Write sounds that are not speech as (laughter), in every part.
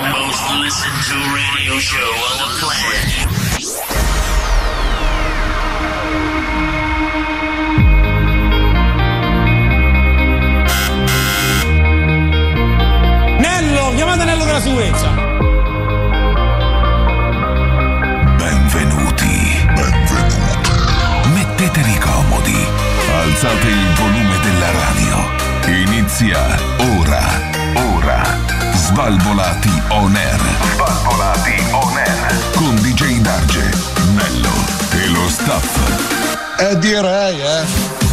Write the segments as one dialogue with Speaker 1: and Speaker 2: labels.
Speaker 1: Listen to radio show on the planet.
Speaker 2: Nello, chiamate Nello della sicurezza.
Speaker 3: Benvenuti. Benvenuti. Mettetevi comodi. Alzate il volume della radio. Inizia ora. Ora. Svalvolati on air. Svalvolati on air. Con DJ Darge, Nello e lo staff.
Speaker 4: Eh direi, eh.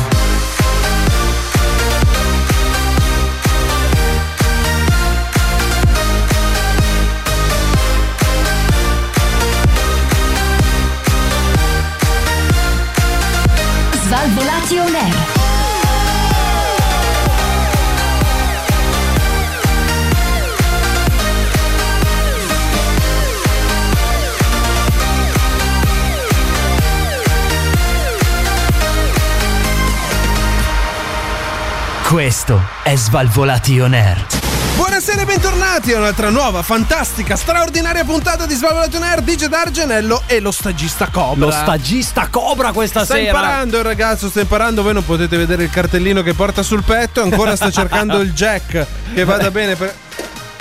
Speaker 5: Svalvolati on air.
Speaker 6: Questo è Svalvolati On Air.
Speaker 7: Buonasera e bentornati a un'altra nuova, fantastica, straordinaria puntata di Svalvolato Nair DJ D'Argenello e lo stagista Cobra.
Speaker 6: Lo stagista Cobra questa
Speaker 7: sta
Speaker 6: sera.
Speaker 7: imparando il ragazzo, sta imparando, voi non potete vedere il cartellino che porta sul petto, ancora sta cercando il jack che
Speaker 6: Eh.
Speaker 7: vada bene per...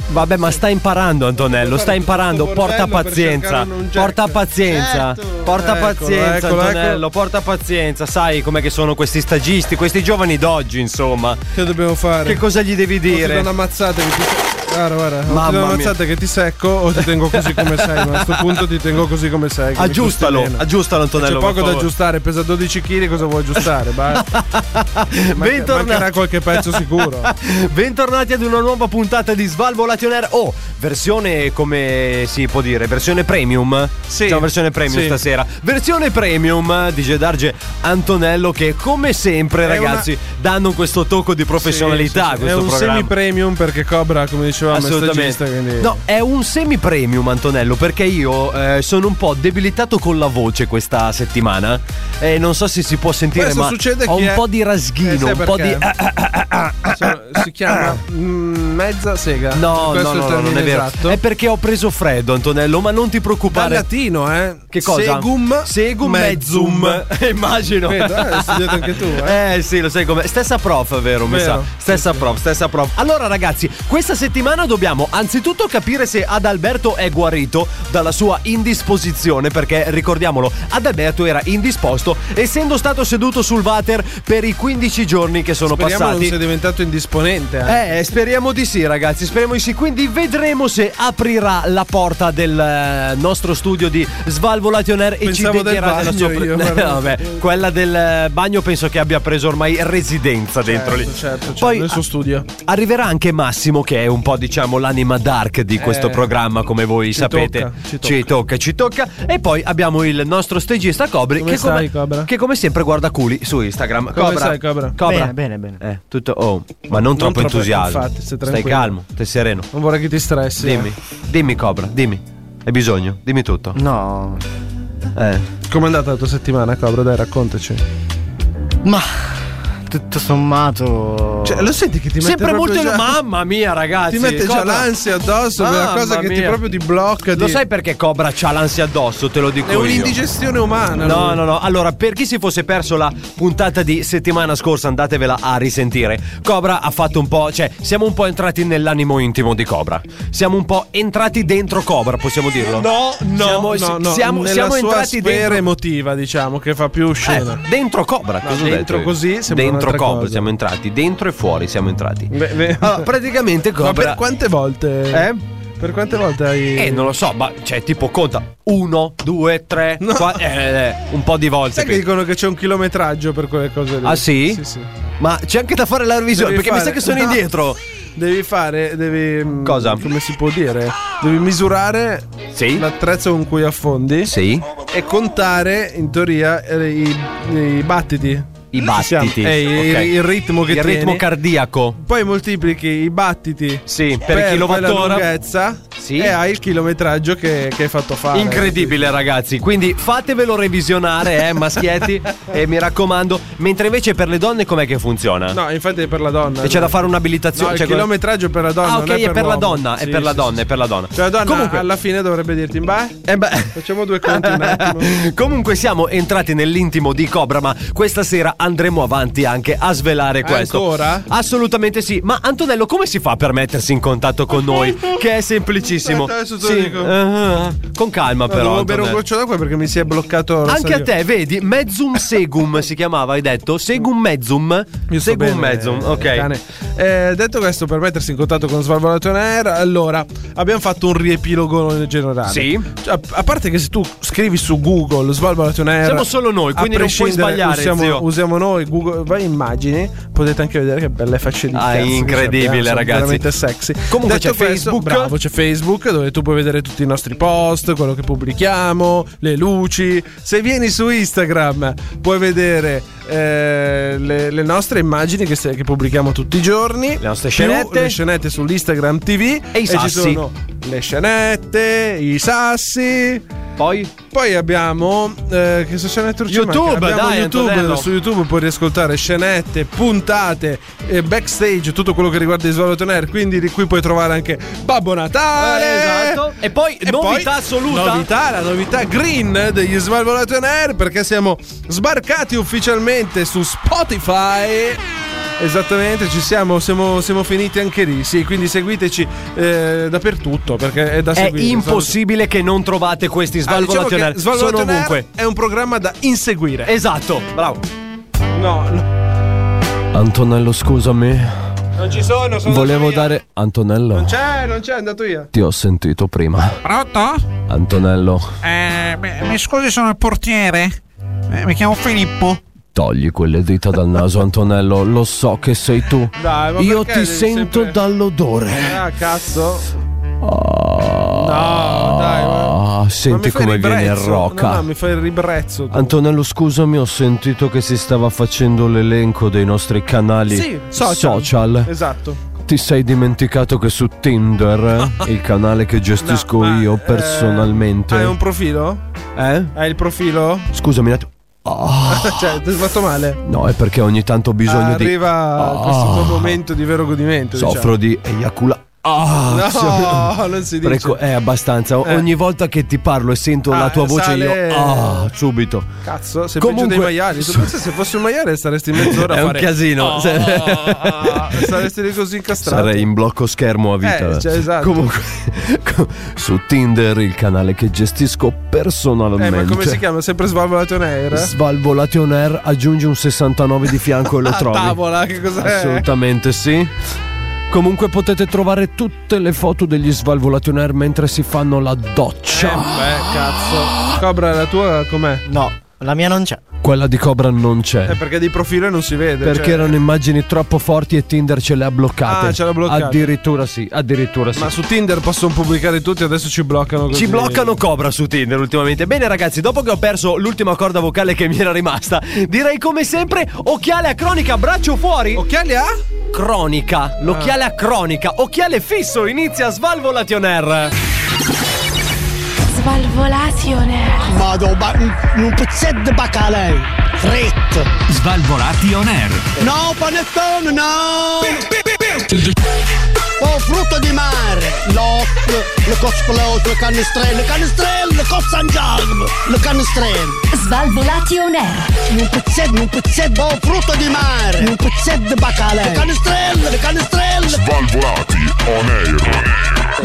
Speaker 6: Vabbè, ma sta imparando Antonello, sta
Speaker 7: fare
Speaker 6: imparando,
Speaker 7: tutto
Speaker 6: porta
Speaker 7: bordello per
Speaker 6: pazienza,
Speaker 7: cercare un jack.
Speaker 6: porta pazienza,
Speaker 7: Certo. ecco,
Speaker 6: porta
Speaker 7: Eccolo,
Speaker 6: pazienza
Speaker 7: eccolo,
Speaker 6: Antonello,
Speaker 7: eccolo.
Speaker 6: porta pazienza, sai com'è che sono questi stagisti, questi giovani d'oggi insomma,
Speaker 7: Che dobbiamo fare?
Speaker 6: che cosa gli devi
Speaker 7: O ti do
Speaker 6: dire?
Speaker 7: una mazzata che ti... Guarda, guarda, o
Speaker 6: Mamma
Speaker 7: ti do
Speaker 6: mia.
Speaker 7: una mazzata che ti secco o ti tengo così come sei, ma a sto punto ti tengo così come sei. che mi
Speaker 6: Aggiustalo,
Speaker 7: costi meno.
Speaker 6: aggiustalo
Speaker 7: C'è
Speaker 6: Antonello. per
Speaker 7: poco da
Speaker 6: favore.
Speaker 7: aggiustare, pesa 12 kg, cosa vuoi aggiustare? Basta.
Speaker 6: (laughs)
Speaker 7: Manca- Mancherà
Speaker 6: Bentornati.
Speaker 7: qualche pezzo sicuro.
Speaker 6: Bentornati ad una nuova puntata di Svalvolation Air. Oh, versione come si può dire? Versione premium?
Speaker 7: Sì.
Speaker 6: C'è una versione premium
Speaker 7: Sì.
Speaker 6: stasera. Versione premium di Gedarge Antonello che come sempre
Speaker 7: È
Speaker 6: ragazzi danno questo tocco di professionalità
Speaker 7: Sì, sì,
Speaker 6: a
Speaker 7: sì.
Speaker 6: questo
Speaker 7: È un
Speaker 6: programma.
Speaker 7: semi premium perché Cobra, come dicevamo, è stagista. Quindi...
Speaker 6: No, è un semi premium Antonello perché io eh, sono un po' debilitato con la voce questa settimana e non so se si può sentire
Speaker 7: Questo
Speaker 6: ma
Speaker 7: succede a
Speaker 6: ho
Speaker 7: chi
Speaker 6: un
Speaker 7: è-
Speaker 6: po' di
Speaker 7: Eh,
Speaker 6: rasghino,
Speaker 7: sai
Speaker 6: un po' di
Speaker 7: perché?
Speaker 6: (laughs)
Speaker 7: Sono- si chiama mm, mezza sega.
Speaker 6: No, no,
Speaker 7: Questo è il
Speaker 6: no, no, non è
Speaker 7: termine
Speaker 6: vero. Eh,
Speaker 7: esatto.
Speaker 6: È perché ho preso freddo, Antonello, ma non ti
Speaker 7: Dal
Speaker 6: preoccupare.
Speaker 7: latino, eh?
Speaker 6: Che cosa?
Speaker 7: Segum,
Speaker 6: Segum
Speaker 7: mezzum.
Speaker 6: mezzum. (laughs) Immagino.
Speaker 7: Vedo, eh, hai studiato anche tu, eh?
Speaker 6: Eh sì, lo sai com'è. Stessa prof, vero? Mi sa.
Speaker 7: Vero.
Speaker 6: Stessa prof, stessa prof. Allora, ragazzi, questa settimana dobbiamo anzitutto capire se Adalberto è guarito dalla sua indisposizione, perché ricordiamolo, Adalberto era indisposto, essendo stato seduto sul water per i 15 giorni che sono
Speaker 7: Speriamo non
Speaker 6: passati.
Speaker 7: sia diventato indisponente. eh.
Speaker 6: Eh, speriamo di sì, ragazzi. Speriamo di sì. Quindi vedremo se aprirà la porta del eh, nostro studio di Svalvolation Air e
Speaker 7: Pensavo
Speaker 6: ci
Speaker 7: del
Speaker 6: dedicherà della sua (laughs)
Speaker 7: bagno io,
Speaker 6: pre- Eh,
Speaker 7: guarda.
Speaker 6: Vabbè, quella del eh, bagno penso che abbia preso ormai residenza dentro lì.
Speaker 7: Certo, certo, certo.
Speaker 6: Poi
Speaker 7: nel suo
Speaker 6: a-
Speaker 7: studio.
Speaker 6: arriverà anche Massimo, che è un po', diciamo, l'anima dark di questo
Speaker 7: Eh,
Speaker 6: programma, come voi
Speaker 7: ci
Speaker 6: sapete.
Speaker 7: tocca, ci tocca.
Speaker 6: ci tocca, ci tocca. E poi abbiamo il nostro stagista Cobri.
Speaker 7: Come
Speaker 6: che,
Speaker 7: stai,
Speaker 6: come,
Speaker 7: Cobra?
Speaker 6: che come sempre guarda culi su Instagram.
Speaker 7: Come stai, Cobra?
Speaker 6: Bene, bene, bene. tutto, oh, ma non troppo
Speaker 7: troppo,
Speaker 6: entusiasmo.
Speaker 7: infatti, stai
Speaker 6: Stai
Speaker 7: tranquillo.
Speaker 6: calmo, stai sereno.
Speaker 7: Non vorrei che ti stressi. eh.
Speaker 6: Dimmi, dimmi, Cobra, dimmi. Hai bisogno? Dimmi tutto.
Speaker 8: No.
Speaker 6: Eh.
Speaker 7: Com'è andata la tua settimana, Cobra? Dai, raccontaci.
Speaker 8: Ma tutto sommato.
Speaker 7: Cioè, lo senti che ti mette
Speaker 6: Sempre
Speaker 7: proprio
Speaker 6: molto.
Speaker 7: già-
Speaker 6: Mamma mia, ragazzi.
Speaker 7: Ti mette già
Speaker 6: Cobra-
Speaker 7: l'ansia addosso, quella
Speaker 6: Mamma
Speaker 7: cosa che ti
Speaker 6: mia.
Speaker 7: proprio ti blocca.
Speaker 6: Lo
Speaker 7: ti-
Speaker 6: sai perché Cobra c'ha l'ansia addosso? Te lo dico
Speaker 7: È
Speaker 6: io.
Speaker 7: un'indigestione umana.
Speaker 6: No,
Speaker 7: lui.
Speaker 6: no, no. Allora, per chi si fosse perso la puntata di settimana scorsa, andatevela a risentire. Cobra ha fatto un po', cioè, siamo un po' entrati nell'animo intimo di Cobra. Siamo un po' entrati dentro Cobra, possiamo dirlo? No,
Speaker 7: No,
Speaker 6: siamo,
Speaker 7: no, no,
Speaker 6: siamo,
Speaker 7: nella
Speaker 6: siamo
Speaker 7: sua
Speaker 6: entrati
Speaker 7: sfera
Speaker 6: dentro
Speaker 7: emotiva, diciamo, che fa più scena.
Speaker 6: Eh, dentro Cobra,
Speaker 7: No,
Speaker 6: cosa ho
Speaker 7: dentro
Speaker 6: detto io?
Speaker 7: così sembra
Speaker 6: Dentro
Speaker 7: un'altra
Speaker 6: Cobra
Speaker 7: cosa.
Speaker 6: siamo entrati, dentro e fuori siamo
Speaker 7: (laughs)
Speaker 6: entrati.
Speaker 7: Beh, beh.
Speaker 6: Allora, praticamente
Speaker 7: Ma
Speaker 6: Cobra
Speaker 7: per quante volte?
Speaker 6: Eh?
Speaker 7: Per quante volte hai.
Speaker 6: Eh, non lo so, ma cioè, tipo conta 1 2 3
Speaker 7: No.
Speaker 6: eh, un po' di volte.
Speaker 7: Sai che
Speaker 6: quindi.
Speaker 7: dicono che c'è un chilometraggio per quelle cose lì?
Speaker 6: Ah, sì?
Speaker 7: Sì, sì.
Speaker 6: Ma c'è anche da fare la revisione
Speaker 7: Devi
Speaker 6: perché mi sa
Speaker 7: fare-
Speaker 6: che sono
Speaker 7: No.
Speaker 6: indietro.
Speaker 7: Devi fare, devi. mm,
Speaker 6: Cosa?
Speaker 7: Come si può dire? Devi misurare
Speaker 6: Sì.
Speaker 7: l'attrezzo con cui affondi
Speaker 6: Sì.
Speaker 7: e contare in teoria eh, i, i battiti.
Speaker 6: i battiti.
Speaker 7: E il-
Speaker 6: ok?
Speaker 7: il ritmo che
Speaker 6: Il ritmo
Speaker 7: tieni.
Speaker 6: cardiaco.
Speaker 7: Poi moltiplichi i battiti
Speaker 6: Sì, per,
Speaker 7: per la
Speaker 6: kilowattora.
Speaker 7: lunghezza
Speaker 6: Sì.
Speaker 7: e hai il chilometraggio che, che hai fatto fare.
Speaker 6: Ah, Incredibile ragazzi, quindi fatevelo revisionare, eh, maschietti,
Speaker 7: (laughs)
Speaker 6: e mi raccomando, mentre invece per le donne com'è che funziona?
Speaker 7: No, infatti è per la donna.
Speaker 6: E c'è da fare
Speaker 7: No,
Speaker 6: un'abilitazione.
Speaker 7: il
Speaker 6: cioè, quella-
Speaker 7: chilometraggio è per la donna.
Speaker 6: Ah,
Speaker 7: non
Speaker 6: ok, è per, la
Speaker 7: l'uomo.
Speaker 6: donna, è
Speaker 7: Sì,
Speaker 6: per la
Speaker 7: sì,
Speaker 6: donna,
Speaker 7: sì.
Speaker 6: è per la donna.
Speaker 7: Cioè, la donna
Speaker 6: Comunque,
Speaker 7: alla fine dovrebbe dirti in beh,
Speaker 6: Eh (laughs) beh.
Speaker 7: facciamo due conti un attimo.
Speaker 6: Comunque siamo entrati nell'intimo di Cobra, ma questa sera andremo avanti anche a svelare questo.
Speaker 7: Ancora?
Speaker 6: Assolutamente sì. Ma Antonello, come si fa per mettersi in contatto con
Speaker 7: (laughs)
Speaker 6: noi? Che è semplicissimo.
Speaker 7: Aspetta, adesso te lo
Speaker 6: sì.
Speaker 7: dico.
Speaker 6: ah, con calma,
Speaker 7: No,
Speaker 6: però.
Speaker 7: devo bere un
Speaker 6: Antonello.
Speaker 7: goccio d'acqua perché mi si è bloccato. la
Speaker 6: Anche a
Speaker 7: saliva.
Speaker 6: te, vedi? Mezzum segum si chiamava, hai detto? Segum mezzum?
Speaker 7: Io sto
Speaker 6: segum
Speaker 7: bene,
Speaker 6: mezzum,
Speaker 7: eh,
Speaker 6: ok.
Speaker 7: cane. Eh, detto questo, per mettersi in contatto con Svalvolato on Air, allora abbiamo fatto un riepilogo in generale.
Speaker 6: Sì.
Speaker 7: Cioè, a, a parte che se tu scrivi su Google Svalvolato on Air,
Speaker 6: Siamo solo noi,
Speaker 7: a
Speaker 6: quindi non puoi
Speaker 7: prescindere,
Speaker 6: sbagliare,
Speaker 7: Usiamo,
Speaker 6: zio.
Speaker 7: usiamo noi, Google, vai immagini, potete anche vedere che belle facce di
Speaker 6: Ah,
Speaker 7: cazzo che ci
Speaker 6: incredibile,
Speaker 7: abbiamo, sono
Speaker 6: ragazzi.
Speaker 7: Veramente sexy.
Speaker 6: Comunque
Speaker 7: Detto
Speaker 6: c'è
Speaker 7: questo,
Speaker 6: Facebook.
Speaker 7: Bravo, c'è Facebook dove tu puoi vedere tutti i nostri post, quello che pubblichiamo, le luci. Se vieni su Instagram puoi vedere eh, le, le nostre immagini che, se- che pubblichiamo tutti i giorni.
Speaker 6: Le nostre
Speaker 7: più
Speaker 6: scenette.
Speaker 7: Le scenette sull'Instagram TV.
Speaker 6: E i sassi.
Speaker 7: ci sono le scenette, i sassi.
Speaker 6: Poi?
Speaker 7: Poi abbiamo eh, che so scenette ci
Speaker 6: YouTube,
Speaker 7: manca? abbiamo
Speaker 6: dai,
Speaker 7: YouTube,
Speaker 6: Antonello.
Speaker 7: su YouTube puoi riascoltare scenette, puntate, eh, backstage, tutto quello che riguarda i Svalbard On Air, quindi di qui puoi trovare anche Babbo Natale.
Speaker 6: Eh, esatto. E poi novità
Speaker 7: poi
Speaker 6: assoluta.
Speaker 7: Novità, la novità green degli Svalbard On Air perché siamo sbarcati ufficialmente su Spotify. Esattamente, ci siamo, siamo, siamo finiti anche lì, sì, quindi seguiteci eh, dappertutto perché è da
Speaker 6: È
Speaker 7: seguire.
Speaker 6: impossibile che non trovate questi
Speaker 7: Ah, diciamo
Speaker 6: svalvolati on air.
Speaker 7: che Svalvolation
Speaker 6: Sono
Speaker 7: Air
Speaker 6: ovunque.
Speaker 7: È un programma da inseguire.
Speaker 6: Esatto, bravo.
Speaker 7: Eh, no, no,
Speaker 6: Antonello, scusami.
Speaker 7: non ci sono. sono
Speaker 6: Volevo
Speaker 7: andato via.
Speaker 6: dare. Antonello,
Speaker 7: Non c'è, non c'è, è andato via.
Speaker 6: ti ho sentito prima.
Speaker 9: Pronto?
Speaker 6: Antonello,
Speaker 9: Eh, mi- mi scusi, sono il portiere. Eh, mi chiamo Filippo.
Speaker 6: togli quelle dita dal naso, Antonello. Lo so che sei tu.
Speaker 7: Dai, ma
Speaker 6: Io
Speaker 7: perché
Speaker 6: ti
Speaker 7: devi
Speaker 6: sento
Speaker 7: sempre-
Speaker 6: dall'odore.
Speaker 7: Ah, cazzo. No, dai. Ma...
Speaker 6: Oh. Ah,
Speaker 7: ma mi
Speaker 6: senti
Speaker 7: fai
Speaker 6: come
Speaker 7: il
Speaker 6: viene il
Speaker 7: ribrezzo.
Speaker 6: roca.
Speaker 7: No, no, mi fai il ribrezzo. tu.
Speaker 6: Antonello, scusami, ho sentito che si stava facendo l'elenco dei nostri canali
Speaker 7: Sì, social.
Speaker 6: social.
Speaker 7: Esatto.
Speaker 6: Ti sei dimenticato che su Tinder,
Speaker 7: (laughs)
Speaker 6: il canale che gestisco
Speaker 7: No, ma,
Speaker 6: io
Speaker 7: eh,
Speaker 6: personalmente.
Speaker 7: Hai un profilo?
Speaker 6: Eh?
Speaker 7: Hai il profilo?
Speaker 6: Scusami un attimo. Ah,
Speaker 7: (laughs) cioè, ti ho fatto male.
Speaker 6: No, è perché ogni tanto ho bisogno di.
Speaker 7: Arriva cioè.
Speaker 6: Ah.
Speaker 7: questo tuo momento di vero godimento.
Speaker 6: Soffro di eiacula. Ah,
Speaker 7: Diciamo. No, non si dice.
Speaker 6: Preco- è abbastanza.
Speaker 7: Eh.
Speaker 6: Ogni volta che ti parlo e sento
Speaker 7: Ah,
Speaker 6: la tua voce,
Speaker 7: sale-
Speaker 6: io. Ah, subito.
Speaker 7: Cazzo, sei
Speaker 6: Comunque-
Speaker 7: peggio dei maiali. Tu pensa se fossi un maiale staresti mezz'ora a
Speaker 6: (laughs) È un
Speaker 7: fare...
Speaker 6: casino.
Speaker 7: Oh.
Speaker 6: Cioè,
Speaker 7: (laughs) Ah, saresti lì così incastrato.
Speaker 6: Sarei in blocco schermo a vita.
Speaker 7: Eh, cioè, esatto.
Speaker 6: Comunque, (laughs) co- su Tinder, il canale che gestisco
Speaker 7: Eh,
Speaker 6: personalmente.
Speaker 7: ma come si chiama? Sempre Svalvolato on Air?
Speaker 6: Svalvolati on air, aggiungi un 69 di fianco e lo
Speaker 7: (laughs) Ah, Eh.
Speaker 6: trovi.
Speaker 7: tavola, che cos'è?
Speaker 6: Assolutamente sì. Comunque potete trovare tutte le foto degli svalvolati on air mentre si fanno la
Speaker 7: Eh,
Speaker 6: doccia.
Speaker 7: beh, cazzo. Cobra, la tua com'è?
Speaker 8: No, la mia non c'è.
Speaker 6: Quella di Cobra non c'è.
Speaker 7: Eh, perché di profilo non si vede.
Speaker 6: perché
Speaker 7: cioè-
Speaker 6: erano immagini troppo forti e Tinder ce le ha bloccate.
Speaker 7: Ah, ce le ha bloccate.
Speaker 6: Addirittura sì, addirittura sì.
Speaker 7: Ma su Tinder possono pubblicare tutti, adesso ci bloccano così.
Speaker 6: Ci bloccano Cobra su Tinder ultimamente. Bene, ragazzi, dopo che ho perso l'ultima corda vocale che mi era rimasta, direi come sempre: occhiale a cronica, braccio fuori.
Speaker 7: Occhiali a? Ah.
Speaker 6: cronica, l'occhiale a cronica, occhiale fisso, inizia Svalvolation Air.
Speaker 4: Svalvolazione.
Speaker 10: Vado ba- un, un pezzetto di bacalei, eh. fritto.
Speaker 1: Svalvolati on air.
Speaker 10: No panettone, no! Oh, frutto di mare, l'oc, le cosplot, le canestrelle, le canestrelle, le cozzangialm, le canestrelle.
Speaker 4: Svalvolati on air.
Speaker 10: Un pezzetto, un pezzetto, oh, frutto di mare, un pezzetto di bacalei, le canestrelle, le canestrelle.
Speaker 11: Svalvolati on air.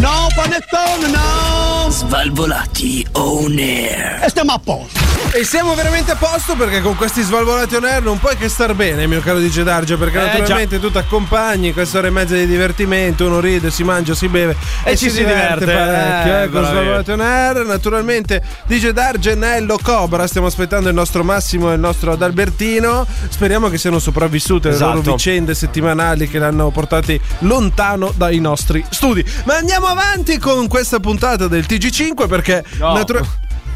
Speaker 10: No panettone, no!
Speaker 1: Svalvolati on air.
Speaker 10: E stiamo a posto.
Speaker 7: E siamo veramente a posto perché con questi svalvolati on air non puoi che star bene, mio caro DJ Darge,
Speaker 6: Eh,
Speaker 7: perché naturalmente tu ti accompagni, questa ora e mezza di divertimento, uno ride, si mangia, si beve
Speaker 6: E ci si diverte,
Speaker 7: parecchio.
Speaker 6: eh,
Speaker 7: eh, con
Speaker 6: bravi.
Speaker 7: svalvolati on air, naturalmente DJ Darge, Nello, Cobra, stiamo aspettando il nostro Massimo e il nostro Adalbertino. Speriamo che siano sopravvissute
Speaker 6: Esatto.
Speaker 7: le loro vicende settimanali che l'hanno portati lontano dai nostri studi. Ma andiamo avanti con questa puntata del TG5 perché
Speaker 6: No.
Speaker 7: natura-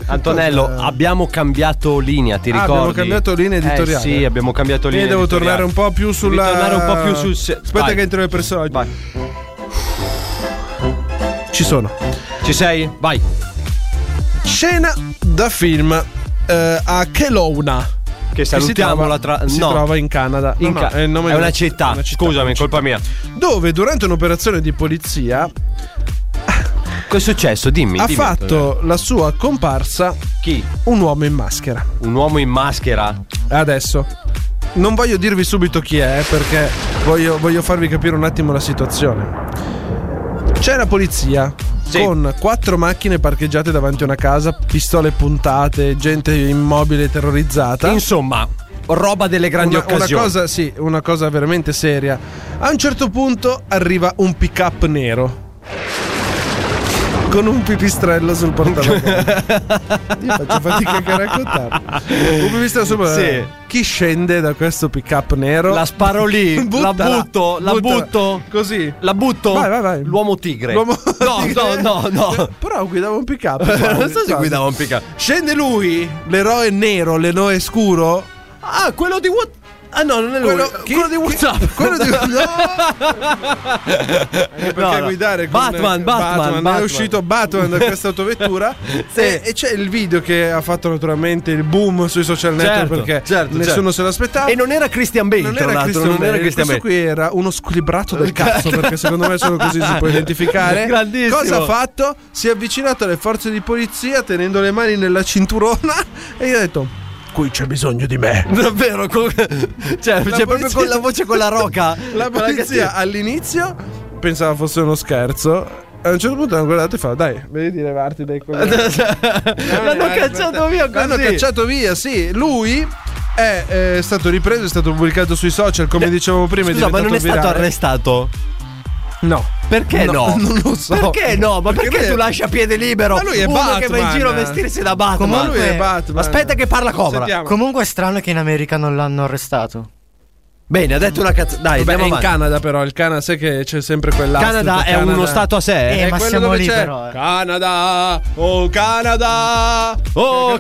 Speaker 3: Antonello, abbiamo cambiato linea, ti
Speaker 7: Ah,
Speaker 3: ricordi?
Speaker 7: abbiamo cambiato linea editoriale.
Speaker 3: Eh sì, abbiamo cambiato linea
Speaker 7: Io devo
Speaker 3: editoriale.
Speaker 7: tornare un po' più sulla.
Speaker 3: Devi tornare un po' più sul se-
Speaker 7: Aspetta,
Speaker 3: Vai.
Speaker 7: che entro le personaggi.
Speaker 3: Vai.
Speaker 7: Ci sono.
Speaker 3: Ci sei? Vai.
Speaker 7: Scena da film eh, a Kelowna.
Speaker 3: Che
Speaker 7: Che si
Speaker 3: salutiamo
Speaker 7: trova-
Speaker 3: la tra-
Speaker 7: si
Speaker 3: no.
Speaker 7: trova in Canada.
Speaker 3: In
Speaker 7: No,
Speaker 3: ca-
Speaker 7: no, è il nome
Speaker 3: è
Speaker 7: di-
Speaker 3: una città.
Speaker 7: una
Speaker 3: Scusami, colpa mia.
Speaker 7: Dove durante un'operazione di polizia
Speaker 3: Che è successo? Dimmi.
Speaker 7: ha
Speaker 3: dimmi, Antonello.
Speaker 7: fatto la sua comparsa
Speaker 3: Chi?
Speaker 7: un uomo in maschera.
Speaker 3: Un uomo in maschera?
Speaker 7: Adesso. Non voglio dirvi subito chi è eh, perché voglio, voglio farvi capire un attimo la situazione. C'è la polizia
Speaker 3: Sì.
Speaker 7: con quattro macchine parcheggiate davanti a una casa, pistole puntate, gente immobile terrorizzata.
Speaker 3: Insomma, roba delle grandi
Speaker 7: una, una
Speaker 3: occasioni.
Speaker 7: cosa, sì, una cosa veramente seria. A un certo punto arriva un pick up nero. Con un pipistrello
Speaker 3: (laughs)
Speaker 7: sul portafoglio. Io faccio fatica anche a raccontarlo. Un pipistrello sul portafoglio. Eh,
Speaker 3: Sì.
Speaker 7: Chi scende da questo pick up nero?
Speaker 3: La sparo lì, la
Speaker 7: (laughs) Buttala,
Speaker 3: butto, la
Speaker 7: buttala.
Speaker 3: butto.
Speaker 7: Così.
Speaker 3: La butto?
Speaker 7: Vai, vai, vai.
Speaker 3: L'uomo tigre.
Speaker 7: L'uomo-
Speaker 3: (laughs) No, no, no, no.
Speaker 7: (laughs) Però guidava un pick
Speaker 3: (laughs)
Speaker 7: up.
Speaker 3: Non so se guidava un pick up.
Speaker 7: Scende lui, l'eroe nero, l'eroe scuro.
Speaker 3: Ah, quello di What? Ah no, non è lui.
Speaker 7: Quello, quello di WhatsApp. (laughs) Quello
Speaker 3: (laughs)
Speaker 7: di No! perché
Speaker 3: no.
Speaker 7: guidare con
Speaker 3: Batman, Batman, Batman.
Speaker 7: è uscito Batman da questa autovettura
Speaker 3: (laughs) Sì.
Speaker 7: e, e c'è il video che ha fatto naturalmente il boom sui social network
Speaker 3: Certo,
Speaker 7: perché
Speaker 3: certo,
Speaker 7: nessuno
Speaker 3: certo.
Speaker 7: se l'aspettava
Speaker 3: E non era Christian Bale,
Speaker 7: non
Speaker 3: tra
Speaker 7: era
Speaker 3: l'altro,
Speaker 7: Christian
Speaker 3: non era
Speaker 7: Bale,
Speaker 3: Christian
Speaker 7: questo qui era uno squilibrato
Speaker 3: (laughs)
Speaker 7: del cazzo perché secondo me solo così si può identificare
Speaker 3: Grandissimo.
Speaker 7: cosa ha fatto si è avvicinato alle forze di polizia tenendo le mani nella cinturona (laughs) e gli ha detto qui c'è bisogno di me
Speaker 3: Davvero, con... (laughs) cioè, c'è proprio
Speaker 7: polizia-
Speaker 3: con la voce con la roca.
Speaker 7: (laughs)
Speaker 3: Quella
Speaker 7: la
Speaker 3: che-
Speaker 7: polizia all'inizio pensava fosse uno scherzo. A un certo punto l'hanno guardato e fa: Dai, vedi di
Speaker 3: (laughs)
Speaker 7: levarti dai coglioni.
Speaker 3: L'hanno cacciato via così.
Speaker 7: Eh, L'hanno cacciato via, sì. Lui è, eh, stato ripreso, è stato pubblicato sui social, come dicevamo prima.
Speaker 3: Eh, Scusa, ma non è stato
Speaker 7: arrestato
Speaker 3: arrestato?
Speaker 7: No.
Speaker 3: Perché no?
Speaker 7: (laughs) Non lo so.
Speaker 3: Perché no? Ma perché,
Speaker 7: lui è-
Speaker 3: tu lascia piede libero?
Speaker 7: Ma lui è
Speaker 3: uno che va in
Speaker 7: Batman.
Speaker 3: giro a vestirsi da Batman. Eh,
Speaker 7: Ma lui è Batman.
Speaker 3: Aspetta che parla Cobra.
Speaker 7: Sentiamo.
Speaker 12: Comunque è strano che in America non l'hanno arrestato.
Speaker 3: Bene, ha detto una cazzata. Dai,
Speaker 7: Vabbè, è
Speaker 3: andiamo
Speaker 7: in
Speaker 3: avanti.
Speaker 7: Canada, però. Il Canada, sai che c'è sempre quella.
Speaker 3: Canada è uno stato a sé.
Speaker 12: Eh,
Speaker 7: È
Speaker 12: ma
Speaker 7: quello
Speaker 12: siamo
Speaker 7: dove
Speaker 12: lì
Speaker 7: c'è
Speaker 12: però, eh.
Speaker 7: Canada, oh Canada.
Speaker 3: Oh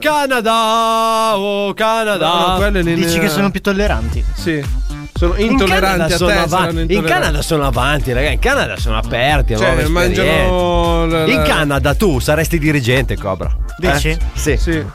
Speaker 3: Canada, oh Canada.
Speaker 7: No, no, quello è lì-
Speaker 12: Dici che sono più tolleranti.
Speaker 7: Sì. Sono
Speaker 3: In
Speaker 7: intolleranti
Speaker 3: Canada
Speaker 7: a te.
Speaker 3: sono avanti.
Speaker 7: saranno
Speaker 3: In
Speaker 7: intolleranti.
Speaker 3: Canada sono avanti, ragazzi. In Canada sono aperti.
Speaker 7: Cioè,
Speaker 3: nuove
Speaker 7: mangiano
Speaker 3: esperienze.
Speaker 7: la- la-
Speaker 3: In Canada tu saresti dirigente, Cobra.
Speaker 12: Dici?
Speaker 3: Eh? Sì.
Speaker 7: Sì.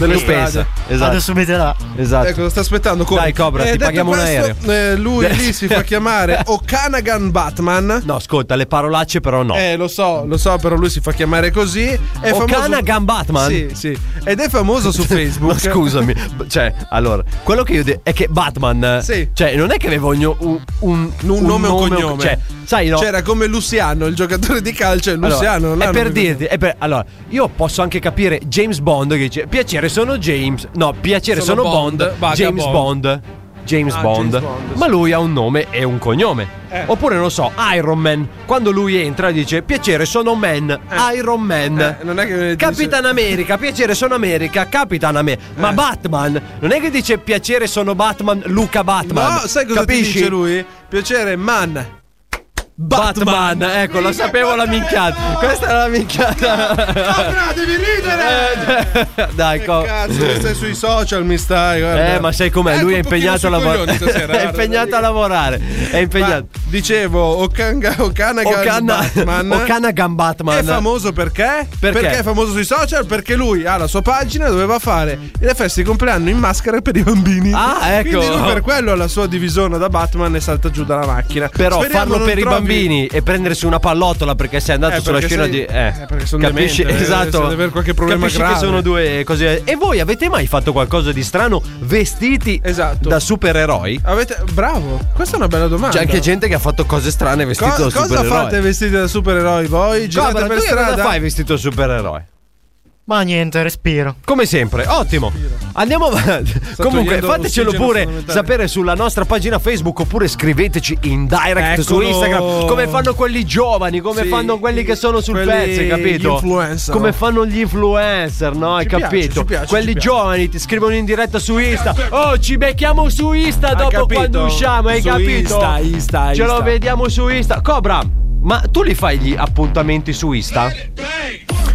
Speaker 3: Lo
Speaker 7: Delle
Speaker 3: pensa.
Speaker 7: spese.
Speaker 3: Esatto.
Speaker 12: Vado subito là.
Speaker 3: esatto.
Speaker 7: Ecco, lo sta aspettando. Come?
Speaker 3: Dai, Cobra, ti
Speaker 7: detto
Speaker 3: paghiamo un
Speaker 7: questo, eh, lui lì
Speaker 3: (laughs)
Speaker 7: si fa chiamare O'Canagan Batman.
Speaker 3: No, ascolta, le parolacce però no.
Speaker 7: Eh, lo so, lo so, però lui si fa chiamare così. È
Speaker 3: O'Canagan Batman?
Speaker 7: Sì, sì. Ed è
Speaker 3: (laughs)
Speaker 7: famoso su Facebook.
Speaker 3: Ma scusami, b- cioè, allora, quello che io dico è che Batman,
Speaker 7: Sì.
Speaker 3: cioè, non è che avevo ogni- un, un-
Speaker 7: Un, nome o un cognome.
Speaker 3: Cioè, sai, no?
Speaker 7: C'era come Luciano, il giocatore di calcio. È
Speaker 3: Allora,
Speaker 7: Luciano.
Speaker 3: è
Speaker 7: l'hanno
Speaker 3: per
Speaker 7: capito.
Speaker 3: dirti, è per- allora, io posso anche capire James Bond che dice piacere sono James, no, piacere sono,
Speaker 7: Sono
Speaker 3: Bond,
Speaker 7: Bond, vagabond.
Speaker 3: James Bond. James
Speaker 7: Ah,
Speaker 3: Bond,
Speaker 7: James Bond, sì.
Speaker 3: ma lui ha un nome e un cognome.
Speaker 7: Eh.
Speaker 3: Oppure non so, Iron Man. Quando lui entra dice piacere sono Man, Iron Man.
Speaker 7: Eh, non è che dice- Eh.
Speaker 3: Capitan America, piacere sono America, Capitan America. Ma Batman non è che dice piacere sono Batman, Luca Batman.
Speaker 7: No, sai cosa
Speaker 3: Capisci? Eh.
Speaker 7: ti dice lui? Piacere, man.
Speaker 3: Batman, ecco, lo sapevo la minchiata. Questa era la minchiata.
Speaker 7: Cobra, devi
Speaker 3: Eh,
Speaker 7: ridere!
Speaker 3: Dai, co-
Speaker 7: Cazzo, che sei sui social, mi stai. guarda.
Speaker 3: Eh, ma sai com'è?
Speaker 7: Eh,
Speaker 3: Lui è
Speaker 7: tutto filo
Speaker 3: impegnato a
Speaker 7: sui
Speaker 3: lavorare.
Speaker 7: coglioni
Speaker 3: (laughs)
Speaker 7: stasera,
Speaker 3: È
Speaker 7: guarda,
Speaker 3: impegnato
Speaker 7: dai.
Speaker 3: a lavorare. È
Speaker 7: Ma,
Speaker 3: impegnato.
Speaker 7: dicevo, Okanga, Okanagan Batman.
Speaker 3: Okanagan Batman.
Speaker 7: È famoso perché?
Speaker 3: Perché?
Speaker 7: è famoso sui social? Perché lui ha la sua pagina dove va a fare le feste di compleanno in maschera per i bambini.
Speaker 3: Ah, ecco.
Speaker 7: Quindi lui per quello ha la sua divisona da Batman e salta giù dalla macchina.
Speaker 3: Però
Speaker 7: Speriamo
Speaker 3: farlo
Speaker 7: non
Speaker 3: per i
Speaker 7: trovi-
Speaker 3: bambini e prendersi una pallottola perché sei andato
Speaker 7: Eh,
Speaker 3: sulla
Speaker 7: perché
Speaker 3: scena
Speaker 7: sei-
Speaker 3: di.
Speaker 7: eh, perché sono
Speaker 3: capisci?
Speaker 7: demente, eh,
Speaker 3: esatto.
Speaker 7: se deve avere qualche problema
Speaker 3: capisci
Speaker 7: grave.
Speaker 3: che sono due cose. E voi avete mai fatto qualcosa di strano vestiti
Speaker 7: Esatto.
Speaker 3: da supereroi?
Speaker 7: Avete... Bravo, questa è una bella domanda.
Speaker 3: C'è anche gente che ha fatto cose strane
Speaker 7: Co-
Speaker 3: vestito da
Speaker 7: cosa
Speaker 3: supereroi.
Speaker 7: fate vestiti da supereroi voi? Girate
Speaker 3: Cobra,
Speaker 7: per
Speaker 3: tu
Speaker 7: strada?
Speaker 3: cosa fai vestito da supereroe?
Speaker 12: Ma niente, respiro.
Speaker 3: Come sempre, ottimo. Andiamo
Speaker 7: (laughs)
Speaker 3: avanti. Comunque,
Speaker 7: togliendo
Speaker 3: fatecelo
Speaker 7: ossigeno
Speaker 3: pure
Speaker 7: fondamentale.
Speaker 3: sapere sulla nostra pagina Facebook oppure scriveteci in direct su
Speaker 7: Eccolo.
Speaker 3: Instagram come fanno quelli giovani, come
Speaker 7: Sì,
Speaker 3: fanno quelli che sono sul
Speaker 7: quelli-
Speaker 3: pezzo, hai capito?
Speaker 7: gli influencer.
Speaker 3: Come fanno gli influencer, no? Hai
Speaker 7: Ci piace,
Speaker 3: capito?
Speaker 7: ci piace,
Speaker 3: quelli
Speaker 7: ci piace.
Speaker 3: giovani ti scrivono in diretta su Insta. Oh, ci becchiamo su Insta dopo
Speaker 7: capito?
Speaker 3: quando usciamo, hai
Speaker 7: Su
Speaker 3: capito?
Speaker 7: Insta, Insta,
Speaker 3: Ce lo
Speaker 7: Insta.
Speaker 3: vediamo su Insta. Cobra, ma tu li fai gli appuntamenti su Insta?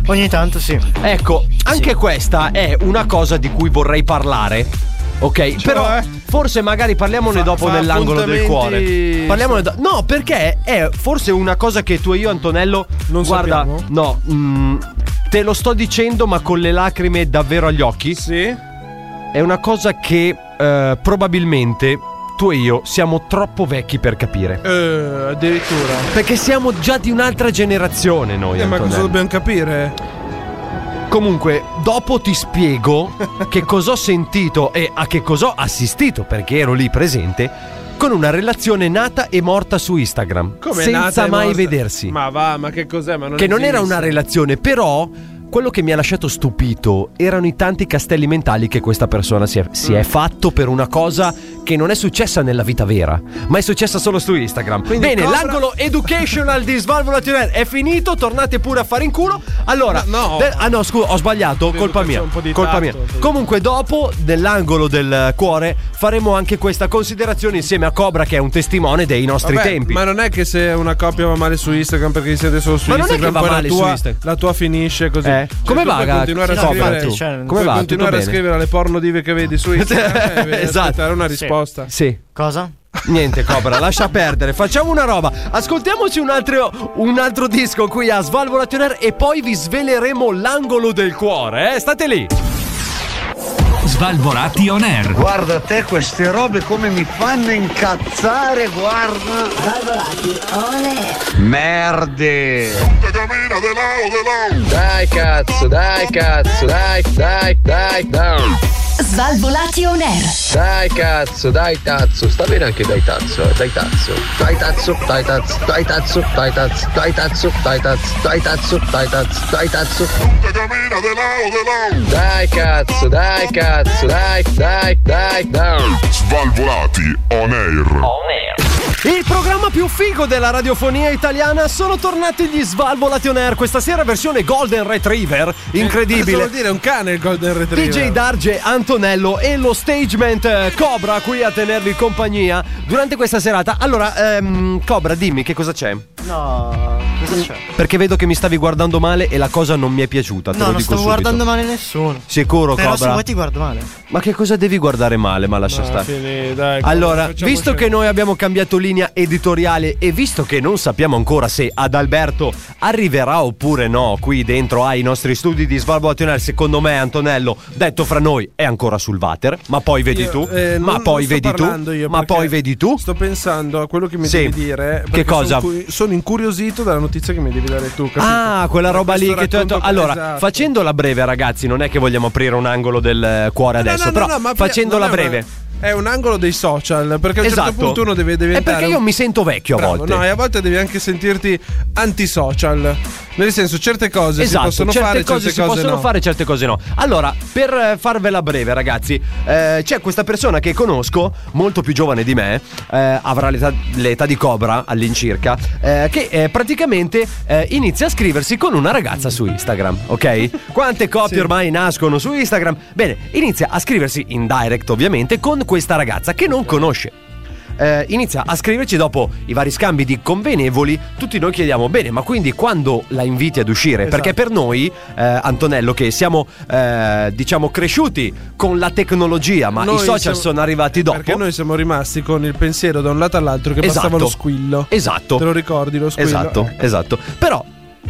Speaker 12: Ogni tanto sì.
Speaker 3: Ecco, anche questa è una cosa di cui vorrei parlare. Ok, però
Speaker 7: eh?
Speaker 3: forse magari parliamone
Speaker 7: Fa-
Speaker 3: dopo
Speaker 7: fa
Speaker 3: nell'angolo del
Speaker 7: appuntamenti-
Speaker 3: cuore. Parliamone do- No, perché è forse una cosa che tu e io, Antonello,
Speaker 7: Non
Speaker 3: guarda,
Speaker 7: sappiamo?
Speaker 3: no, mm, te lo sto dicendo, ma con le lacrime davvero agli occhi.
Speaker 7: Sì?
Speaker 3: È una cosa che eh, probabilmente tu e io siamo troppo vecchi per capire.
Speaker 7: Eh, addirittura.
Speaker 3: Perché siamo già di un'altra generazione noi.
Speaker 7: Eh, ma cosa
Speaker 3: Antonello.
Speaker 7: dobbiamo capire?
Speaker 3: Comunque, dopo ti
Speaker 7: (laughs)
Speaker 3: spiego che cosa ho sentito e a che cosa ho assistito, perché ero lì presente, con una relazione nata e morta su Instagram.
Speaker 7: Come è
Speaker 3: senza
Speaker 7: nata e
Speaker 3: mai
Speaker 7: morta?
Speaker 3: vedersi.
Speaker 7: Ma va, ma che cos'è? Ma non
Speaker 3: che non era
Speaker 7: esiste.
Speaker 3: una relazione, però quello che mi ha lasciato stupito erano i tanti castelli mentali che questa persona si è, si
Speaker 7: Mm.
Speaker 3: è fatto per una cosa che non è successa nella vita vera, ma è successa solo su Instagram.
Speaker 7: Quindi
Speaker 3: Bene,
Speaker 7: cobra-
Speaker 3: l'angolo educational di Svalvola TNR è finito, tornate pure a fare in culo. Allora,
Speaker 7: No, no.
Speaker 3: de- ah no, scusa, ho sbagliato,
Speaker 7: Vedo
Speaker 3: colpa
Speaker 7: che c'è
Speaker 3: mia.
Speaker 7: un po' di
Speaker 3: Colpa
Speaker 7: tatto,
Speaker 3: mia.
Speaker 7: sì.
Speaker 3: Comunque dopo, nell'angolo del cuore, faremo anche questa considerazione insieme a Cobra che è un testimone dei nostri
Speaker 7: Vabbè,
Speaker 3: tempi.
Speaker 7: Ma non è che se una coppia va male su Instagram perché vi siete solo su
Speaker 3: Ma non è che
Speaker 7: Instagram,
Speaker 3: va
Speaker 7: poi
Speaker 3: male
Speaker 7: la
Speaker 3: su
Speaker 7: tua,
Speaker 3: Instagram.
Speaker 7: la tua finisce così. Cioè,
Speaker 3: Eh, come
Speaker 7: tu
Speaker 3: va,
Speaker 7: puoi
Speaker 3: Gabri?
Speaker 7: continuare a
Speaker 3: Sì, no,
Speaker 7: scrivere,
Speaker 3: Gabri,
Speaker 12: cioè,
Speaker 3: come
Speaker 7: puoi
Speaker 3: va?
Speaker 7: continuare a
Speaker 3: Tutto bene?
Speaker 7: scrivere le porno dive che vedi (laughs) su Instagram. e devi
Speaker 3: Esatto.
Speaker 7: aspettare una risposta.
Speaker 3: Sì.
Speaker 12: Cosa?
Speaker 3: Niente, Cobra, lascia perdere. Facciamo una roba. Ascoltiamoci un altro, un altro disco qui a Svalvola Tuner e poi vi sveleremo l'angolo del cuore. Eh? State lì.
Speaker 13: Svalvolati on air.
Speaker 1: Guarda te queste robe come mi fanno incazzare, guarda. Merde.
Speaker 11: Pegamina de lao de lao.
Speaker 1: Dai cazzo, dai cazzo, dai, dai, dai, dai.
Speaker 4: Svalvolati on air.
Speaker 1: Dai cazzo, dai tazzo. Sta bene anche dai tazzo, eh, dai tazzo. Dai tazzo, dai tazzo, dai tazzo, dai tazzo, dai tazzo, dai tazzo, dai tazzo, dai tazzo, dai tazzo.
Speaker 11: Pegamina de lao de lao.
Speaker 1: Dai cazzo, dai cazzo, dai, dai, dai, dai.
Speaker 11: Svalvolati on air.
Speaker 3: Il programma più figo della radiofonia italiana sono tornati gli Svalvolati on Air. Questa sera versione Golden Retriever.
Speaker 7: Cosa
Speaker 3: Incredibile.
Speaker 7: vuol dire? È un cane il Golden Retriever.
Speaker 3: DJ Darge, Antonello e lo stagement eh, Cobra qui a tenervi compagnia durante questa serata. Allora, ehm, Cobra, dimmi che cosa c'è?
Speaker 12: No, cosa c'è?
Speaker 3: Perché vedo che mi stavi guardando male e la cosa non mi è piaciuta. te
Speaker 12: No,
Speaker 3: lo
Speaker 12: non
Speaker 3: dico
Speaker 12: stavo
Speaker 3: subito.
Speaker 12: guardando male nessuno.
Speaker 3: Sicuro,
Speaker 12: Però se
Speaker 3: Cobra?
Speaker 12: vuoi ti guardo male.
Speaker 3: Ma che cosa devi guardare male? Ma lascia
Speaker 7: Ah,
Speaker 3: stare.
Speaker 7: fini, dai,
Speaker 3: Allora,
Speaker 7: facciamo
Speaker 3: visto
Speaker 7: scel-
Speaker 3: che noi abbiamo cambiato linea editoriale e visto che non sappiamo ancora se Adalberto arriverà oppure no qui dentro ai nostri studi di Svalbard secondo me Antonello, detto fra noi, è ancora sul water, ma poi vedi
Speaker 7: Io,
Speaker 3: tu,
Speaker 7: eh,
Speaker 3: ma
Speaker 7: non- non
Speaker 3: poi
Speaker 7: sto
Speaker 3: vedi
Speaker 7: parlando
Speaker 3: tu,
Speaker 7: io
Speaker 3: ma
Speaker 7: perché
Speaker 3: poi vedi tu.
Speaker 7: Sto pensando a quello che mi
Speaker 3: Sì.
Speaker 7: devi dire.
Speaker 3: Che
Speaker 7: perché
Speaker 3: cosa?
Speaker 7: Sono, cu- sono incuriosito dalla notizia che mi devi dare tu. capito?
Speaker 3: Ah, quella
Speaker 7: Per
Speaker 3: roba lì
Speaker 7: questo
Speaker 3: che tu hai detto.
Speaker 7: racconto-
Speaker 3: Allora,
Speaker 7: esatto.
Speaker 3: facendola breve, ragazzi, non è che vogliamo aprire un angolo del eh, cuore
Speaker 7: No,
Speaker 3: adesso,
Speaker 7: no, no,
Speaker 3: però
Speaker 7: no, ma via-
Speaker 3: facendola
Speaker 7: non è una-
Speaker 3: breve.
Speaker 7: È un angolo dei social, perché a un
Speaker 3: esatto.
Speaker 7: certo punto uno deve
Speaker 3: è
Speaker 7: diventare
Speaker 3: perché
Speaker 7: un-
Speaker 3: io mi sento vecchio
Speaker 7: Bravo,
Speaker 3: a volte.
Speaker 7: No, e a volte devi anche sentirti antisocial. Nel senso, certe cose si
Speaker 3: Esatto,
Speaker 7: possono
Speaker 3: certe
Speaker 7: fare,
Speaker 3: cose
Speaker 7: certe
Speaker 3: si
Speaker 7: cose
Speaker 3: possono
Speaker 7: no.
Speaker 3: fare, certe cose no. Allora, per eh, farvela breve, ragazzi, eh, c'è questa persona che conosco, molto più giovane di me, eh, avrà l'età, l'età di Cobra all'incirca, eh, che eh, praticamente eh, inizia a scriversi con una ragazza su Instagram, ok? Quante coppie ormai nascono su Instagram? Bene, inizia a scriversi in direct, ovviamente, con questa ragazza che non conosce. Eh, inizia a scriverci dopo i vari scambi di convenevoli. Tutti noi chiediamo: bene, ma quindi quando la inviti ad uscire? Perché
Speaker 7: Esatto.
Speaker 3: per noi, eh, Antonello, che siamo eh, diciamo cresciuti con la tecnologia, ma i
Speaker 7: Noi
Speaker 3: social
Speaker 7: siamo- Eh,
Speaker 3: sono arrivati dopo.
Speaker 7: Perché noi siamo rimasti con il pensiero da un lato all'altro che bastava lo squillo.
Speaker 3: Esatto.
Speaker 7: Te lo ricordi lo squillo?
Speaker 3: Esatto,
Speaker 7: Eh.
Speaker 3: esatto. Però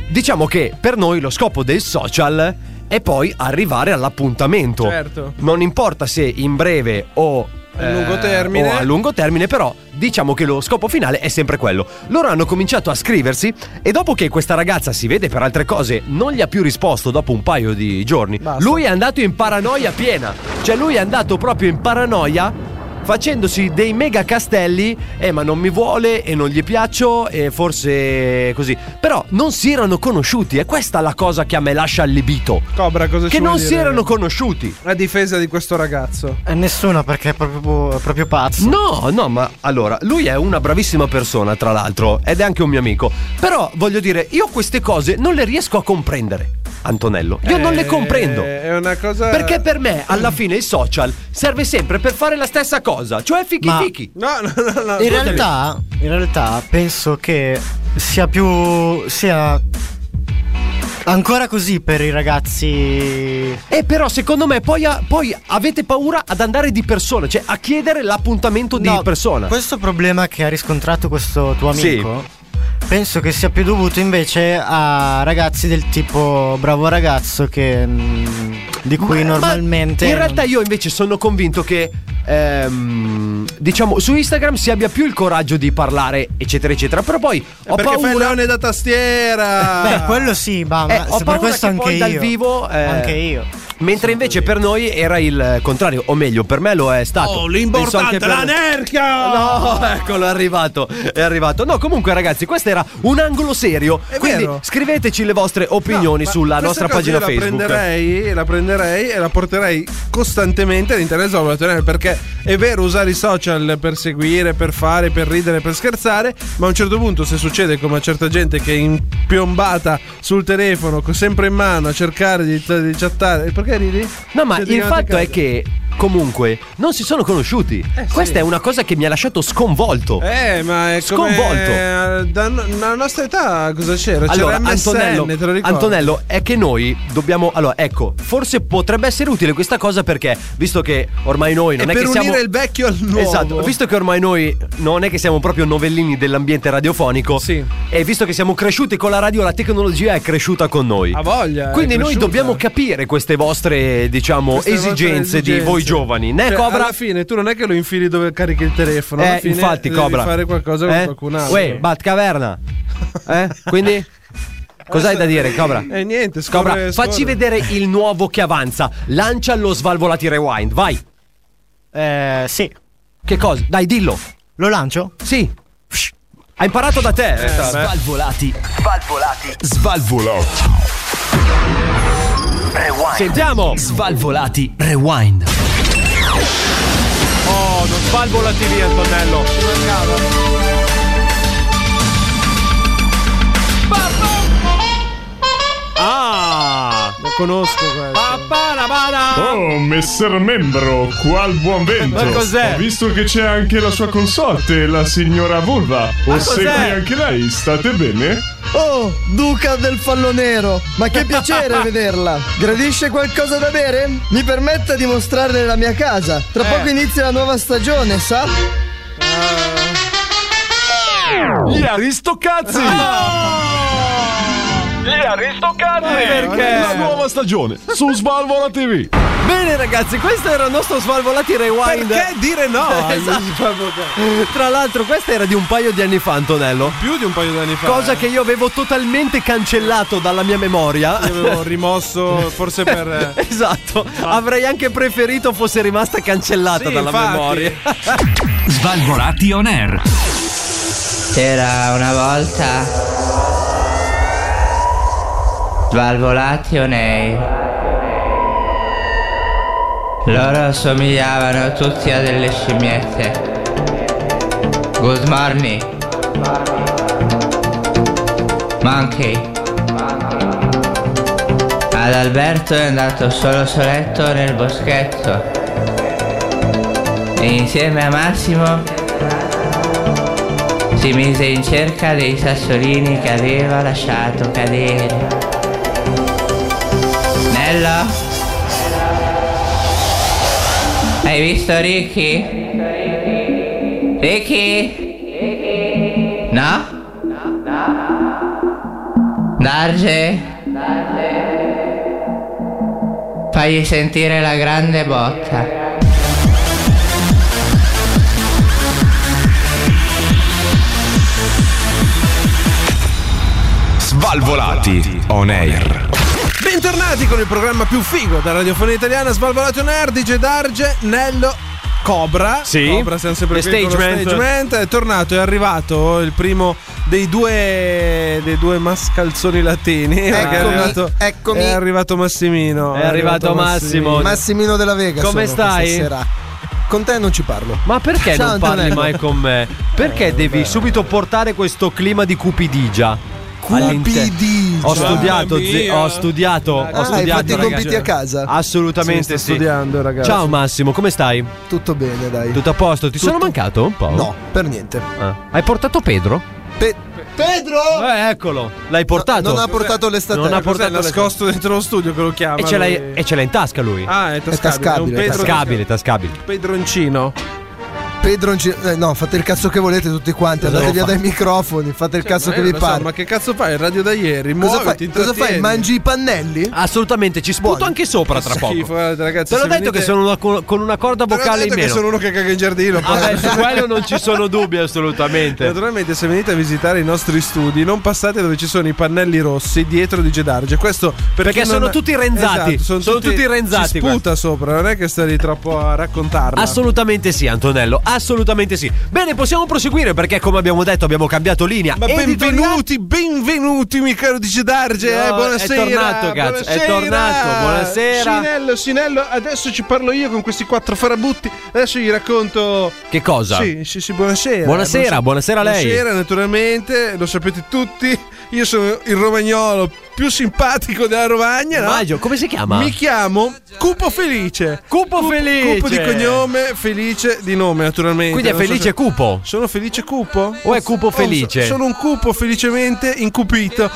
Speaker 3: diciamo che per noi lo scopo dei social è poi arrivare all'appuntamento.
Speaker 7: Certo.
Speaker 3: Non importa se in breve o
Speaker 7: A lungo termine.
Speaker 3: o a lungo termine, però diciamo che lo scopo finale è sempre quello. Loro hanno cominciato a scriversi e dopo che questa ragazza si vede per altre cose, non gli ha più risposto dopo un paio di giorni.
Speaker 7: Basta.
Speaker 3: Lui è andato in paranoia piena. Cioè lui è andato proprio in paranoia facendosi dei mega castelli eh ma non mi vuole e non gli piaccio e forse così però non si erano conosciuti e questa è la cosa che a me lascia allibito
Speaker 7: Cobra, cosa
Speaker 3: che
Speaker 7: ci vuoi
Speaker 3: non
Speaker 7: dire?
Speaker 3: si erano conosciuti
Speaker 7: A difesa di questo ragazzo.
Speaker 12: Eh, nessuno perché è proprio, è proprio pazzo.
Speaker 3: No, no, ma allora, lui è una bravissima persona, tra l'altro, ed è anche un mio amico. Però, voglio dire, io queste cose non le riesco a comprendere, Antonello. Io non le
Speaker 7: Eh,
Speaker 3: comprendo.
Speaker 7: È una cosa.
Speaker 3: Perché per me, alla fine, il social serve sempre per fare la stessa cosa, cioè fichi
Speaker 12: Ma-
Speaker 3: fichi.
Speaker 7: No, no, no, no.
Speaker 12: In realtà, in realtà penso che sia più. sia.
Speaker 8: Ancora così per i ragazzi.
Speaker 3: E però secondo me poi, a- poi avete paura ad andare di persona, cioè a chiedere l'appuntamento di
Speaker 8: No,
Speaker 3: persona.
Speaker 8: Questo problema che ha riscontrato questo tuo
Speaker 3: Sì.
Speaker 8: amico. Penso che sia più dovuto invece a ragazzi del tipo bravo ragazzo che mm, di cui
Speaker 3: Ma-
Speaker 8: normalmente
Speaker 3: ma in realtà io invece sono convinto che ehm, diciamo su Instagram si abbia più il coraggio di parlare eccetera eccetera però poi ho
Speaker 7: Perché fai il
Speaker 3: paura
Speaker 7: leone da tastiera.
Speaker 8: Beh, quello sì, ma, ma
Speaker 3: Eh, ho
Speaker 8: se per
Speaker 3: paura
Speaker 8: questo
Speaker 3: che
Speaker 8: anche
Speaker 3: poi
Speaker 8: io.
Speaker 3: dal vivo, eh,
Speaker 8: Anche io.
Speaker 3: mentre invece per noi era il contrario o meglio per me lo è stato
Speaker 7: Oh,
Speaker 3: Penso anche
Speaker 7: l'importante,
Speaker 3: per-
Speaker 7: la nerca!
Speaker 3: No, (laughs) eccolo, è arrivato. È arrivato. No, comunque, ragazzi, questo era un angolo serio.
Speaker 7: È
Speaker 3: quindi
Speaker 7: vero.
Speaker 3: scriveteci le vostre
Speaker 7: No,
Speaker 3: opinioni
Speaker 7: ma
Speaker 3: sulla
Speaker 7: questa
Speaker 3: nostra
Speaker 7: cosa
Speaker 3: pagina
Speaker 7: io la
Speaker 3: Facebook.
Speaker 7: Prenderei, la prenderei e la porterei costantemente all'interno del Salvatore perché è vero usare i social per seguire, per fare, per ridere, per scherzare, ma a un certo punto se succede come a certa gente che è impiombata sul telefono, co- sempre in mano a cercare di, di chattare, perché ridi?
Speaker 3: No, ma
Speaker 7: Cioè,
Speaker 3: il
Speaker 7: dignate
Speaker 3: fatto è
Speaker 7: casa.
Speaker 3: che. Comunque, non si sono conosciuti. Questa è una cosa che mi ha lasciato sconvolto.
Speaker 7: Eh, ma è come
Speaker 3: Sconvolto.
Speaker 7: da, nella nostra età cosa c'era?
Speaker 3: Allora,
Speaker 7: c'era MSN,
Speaker 3: Antonello,
Speaker 7: te lo ricordi?
Speaker 3: Antonello, è che noi dobbiamo. Allora, ecco, forse potrebbe essere utile questa cosa perché, visto che ormai noi non
Speaker 7: È
Speaker 3: è,
Speaker 7: per
Speaker 3: che
Speaker 7: unire
Speaker 3: siamo.
Speaker 7: il vecchio al nuovo.
Speaker 3: Esatto, visto che ormai noi non è che siamo proprio novellini dell'ambiente radiofonico,
Speaker 7: Sì.
Speaker 3: e visto che siamo cresciuti con la radio, la tecnologia è cresciuta con noi.
Speaker 7: Ha voglia, è
Speaker 3: Quindi noi
Speaker 7: cresciuta.
Speaker 3: dobbiamo capire queste vostre, diciamo,
Speaker 7: Queste vostre
Speaker 3: esigenze, di voi giovani, né
Speaker 7: Cioè,
Speaker 3: Cobra?
Speaker 7: Alla fine tu non è che lo infili dove carichi il telefono. alla
Speaker 3: Eh,
Speaker 7: fine
Speaker 3: infatti,
Speaker 7: devi
Speaker 3: Cobra.
Speaker 7: fare qualcosa con
Speaker 3: Eh?
Speaker 7: qualcun altro.
Speaker 3: Uè, Batcaverna. Eh? Quindi. Cos'hai da dire, Cobra?
Speaker 7: Eh, niente, scorre-
Speaker 3: Cobra,
Speaker 7: scorre.
Speaker 3: facci vedere il nuovo che avanza. Lancia lo svalvolati rewind, vai.
Speaker 8: Eh, sì.
Speaker 3: Che cosa? Dai, dillo.
Speaker 8: Lo lancio?
Speaker 3: Sì. Hai imparato da te.
Speaker 14: Svalvolati. Svalvolati. Svalvolati. Rewind.
Speaker 3: Sentiamo.
Speaker 14: Svalvolati. Rewind.
Speaker 3: Oh, non svalvolati via, Antonello. Ah!
Speaker 7: Lo conosco questo.
Speaker 6: Oh, messer membro, qual buon vento!
Speaker 3: Ma cos'è?
Speaker 6: Ho visto che c'è anche la sua consorte, la signora Vulva. O segue
Speaker 3: cos'è?
Speaker 6: anche lei, state bene?
Speaker 15: Oh, duca del fallonero, ma che
Speaker 3: (laughs)
Speaker 15: piacere vederla. Gradisce qualcosa da bere? Mi permetta di mostrarle la mia casa. Tra
Speaker 3: Eh.
Speaker 15: poco inizia la nuova stagione, sa?
Speaker 3: Gli aristocazzi!
Speaker 6: Eh,
Speaker 7: Perché?
Speaker 6: nuova stagione su Svalvola TV.
Speaker 3: Bene ragazzi, questo era il nostro Svalvolati Rewind.
Speaker 7: Perché dire no?
Speaker 15: (laughs) Esatto.
Speaker 3: Tra l'altro, questa era di un paio di anni fa, Antonello.
Speaker 7: Più di un paio di anni fa.
Speaker 3: Cosa
Speaker 7: eh.
Speaker 3: che io avevo totalmente cancellato dalla mia memoria.
Speaker 15: (laughs)
Speaker 7: Io avevo rimosso forse per. eh,
Speaker 3: Esatto, avrei anche preferito fosse rimasta cancellata
Speaker 7: Sì,
Speaker 3: dalla
Speaker 7: infatti.
Speaker 3: memoria.
Speaker 14: Svalvolati on air.
Speaker 10: C'era una volta Svalvolati o nei Loro somigliavano tutti a delle scimmiette Good morning Monkey Ad Alberto è andato solo soletto nel boschetto E insieme a Massimo si mise in cerca dei sassolini che aveva lasciato cadere. Nello? Hai visto Ricky? Ricky? No? Darge? Fagli sentire la grande botta.
Speaker 7: Bentornati con il programma più figo della radiofonia italiana Svalvolato Nerd, DJ Darge, Nello. Cobra,
Speaker 3: Sì.
Speaker 7: Cobra siamo sempre
Speaker 3: E
Speaker 7: qui con lo
Speaker 3: Stagement.
Speaker 7: stagement. è tornato, è arrivato il primo dei due dei due mascalzoni latini, perché è
Speaker 15: Eccomi,
Speaker 7: arrivato,
Speaker 15: eccomi.
Speaker 7: è arrivato Massimino,
Speaker 3: È arrivato Massimo.
Speaker 15: Massimino della Vega.
Speaker 3: Come
Speaker 15: sono
Speaker 3: stai? Ah,
Speaker 15: questa sera. Con te non ci parlo.
Speaker 3: Ma perché
Speaker 15: Ciao,
Speaker 3: non parli
Speaker 15: Antonello. Eh,
Speaker 3: mai con me? Perché devi subito portare questo clima di cupidigia? all'inter-
Speaker 15: Cupidigia.
Speaker 3: Ho studiato,
Speaker 7: Mamma
Speaker 3: zi-
Speaker 7: mia.
Speaker 3: ho studiato, ho
Speaker 15: Ah, hai
Speaker 3: studiato.
Speaker 15: fatto i
Speaker 3: ragazzi.
Speaker 15: compiti a casa?
Speaker 3: Assolutamente sì.
Speaker 7: studiando ragazzi.
Speaker 3: Ciao Massimo, come stai?
Speaker 15: Tutto bene, dai.
Speaker 3: Tutto a posto? Ti sono mancato un po'?
Speaker 15: No, per niente.
Speaker 3: Ah. Hai portato Pedro? Pedro! eccolo, l'hai portato.
Speaker 7: non ha portato
Speaker 3: le
Speaker 7: Non ha portato nascosto dentro lo studio che lo chiama.
Speaker 3: E ce, l'hai,
Speaker 7: lui.
Speaker 3: e ce l'ha in tasca lui.
Speaker 7: Ah, è tascabile, è un
Speaker 3: È
Speaker 7: Pedro
Speaker 3: tascabile, è tascabile.
Speaker 7: Pedroncino.
Speaker 16: Pedroncino. eh, no, fate il cazzo che volete tutti quanti.
Speaker 7: Cosa
Speaker 16: Andate via
Speaker 7: devo
Speaker 16: dai
Speaker 7: fare?
Speaker 16: microfoni. Fate il cazzo
Speaker 7: Ma
Speaker 16: che
Speaker 7: io
Speaker 16: vi
Speaker 7: Eh, lo so,
Speaker 16: pare.
Speaker 7: ma che cazzo fai? Il radio da ieri?
Speaker 16: cosa,
Speaker 7: Muoviti,
Speaker 16: fai? Cosa fai?
Speaker 7: intrattieni. Ah,
Speaker 16: Mangi i pannelli?
Speaker 3: Assolutamente, ci sputo anche sopra tra poco.
Speaker 7: Schifo, guarda, ragazzi,
Speaker 3: Te l'ho
Speaker 7: se
Speaker 3: detto
Speaker 7: venite-
Speaker 3: che sono una- con con una corda
Speaker 7: Te l'ho
Speaker 3: vocale in
Speaker 7: detto
Speaker 3: meno. Ah,
Speaker 7: che sono uno che caga in giardino. poi.
Speaker 3: Vabbè,
Speaker 7: (laughs)
Speaker 3: su quello non ci sono dubbi assolutamente.
Speaker 7: Naturalmente, se venite a visitare i nostri studi, non passate dove ci sono i pannelli rossi dietro di Gedarge. Questo per
Speaker 3: Perché
Speaker 7: chi
Speaker 3: sono tutti renzati.
Speaker 7: Esatto, sono,
Speaker 3: Sono
Speaker 7: tutti,
Speaker 3: tutti renzati
Speaker 7: Si sputa sopra, non è che sta lì troppo a raccontarla.
Speaker 3: Assolutamente sì, Antonello, assolutamente sì. Bene, possiamo proseguire perché come abbiamo detto abbiamo cambiato linea.
Speaker 7: Ma benvenuti, benvenuti, mi caro di Gedarge. eh,
Speaker 3: No, è
Speaker 7: buonasera.
Speaker 3: tornato, cazzo, è
Speaker 7: buonasera.
Speaker 3: tornato, buonasera.
Speaker 7: Sinello, Sinello, adesso ci parlo io con questi quattro farabutti. Adesso gli racconto.
Speaker 3: Che cosa?
Speaker 7: Sì, sì, sì, buonasera.
Speaker 3: Buonasera, buonasera a lei.
Speaker 7: Buonasera, naturalmente, lo sapete tutti. Io sono il romagnolo più simpatico della Romagna. no?
Speaker 3: Maggio, come si chiama?
Speaker 7: Mi chiamo Cupo Felice.
Speaker 3: Cupo
Speaker 7: Cup-
Speaker 3: Felice.
Speaker 7: Cupo di cognome, Felice di nome, naturalmente.
Speaker 3: Quindi è
Speaker 7: Non so
Speaker 3: felice
Speaker 7: se-
Speaker 3: cupo.
Speaker 7: Sono felice cupo?
Speaker 3: O è cupo
Speaker 7: Oh, so-
Speaker 3: felice?
Speaker 7: Sono un cupo felicemente
Speaker 3: (laughs)
Speaker 7: incupito.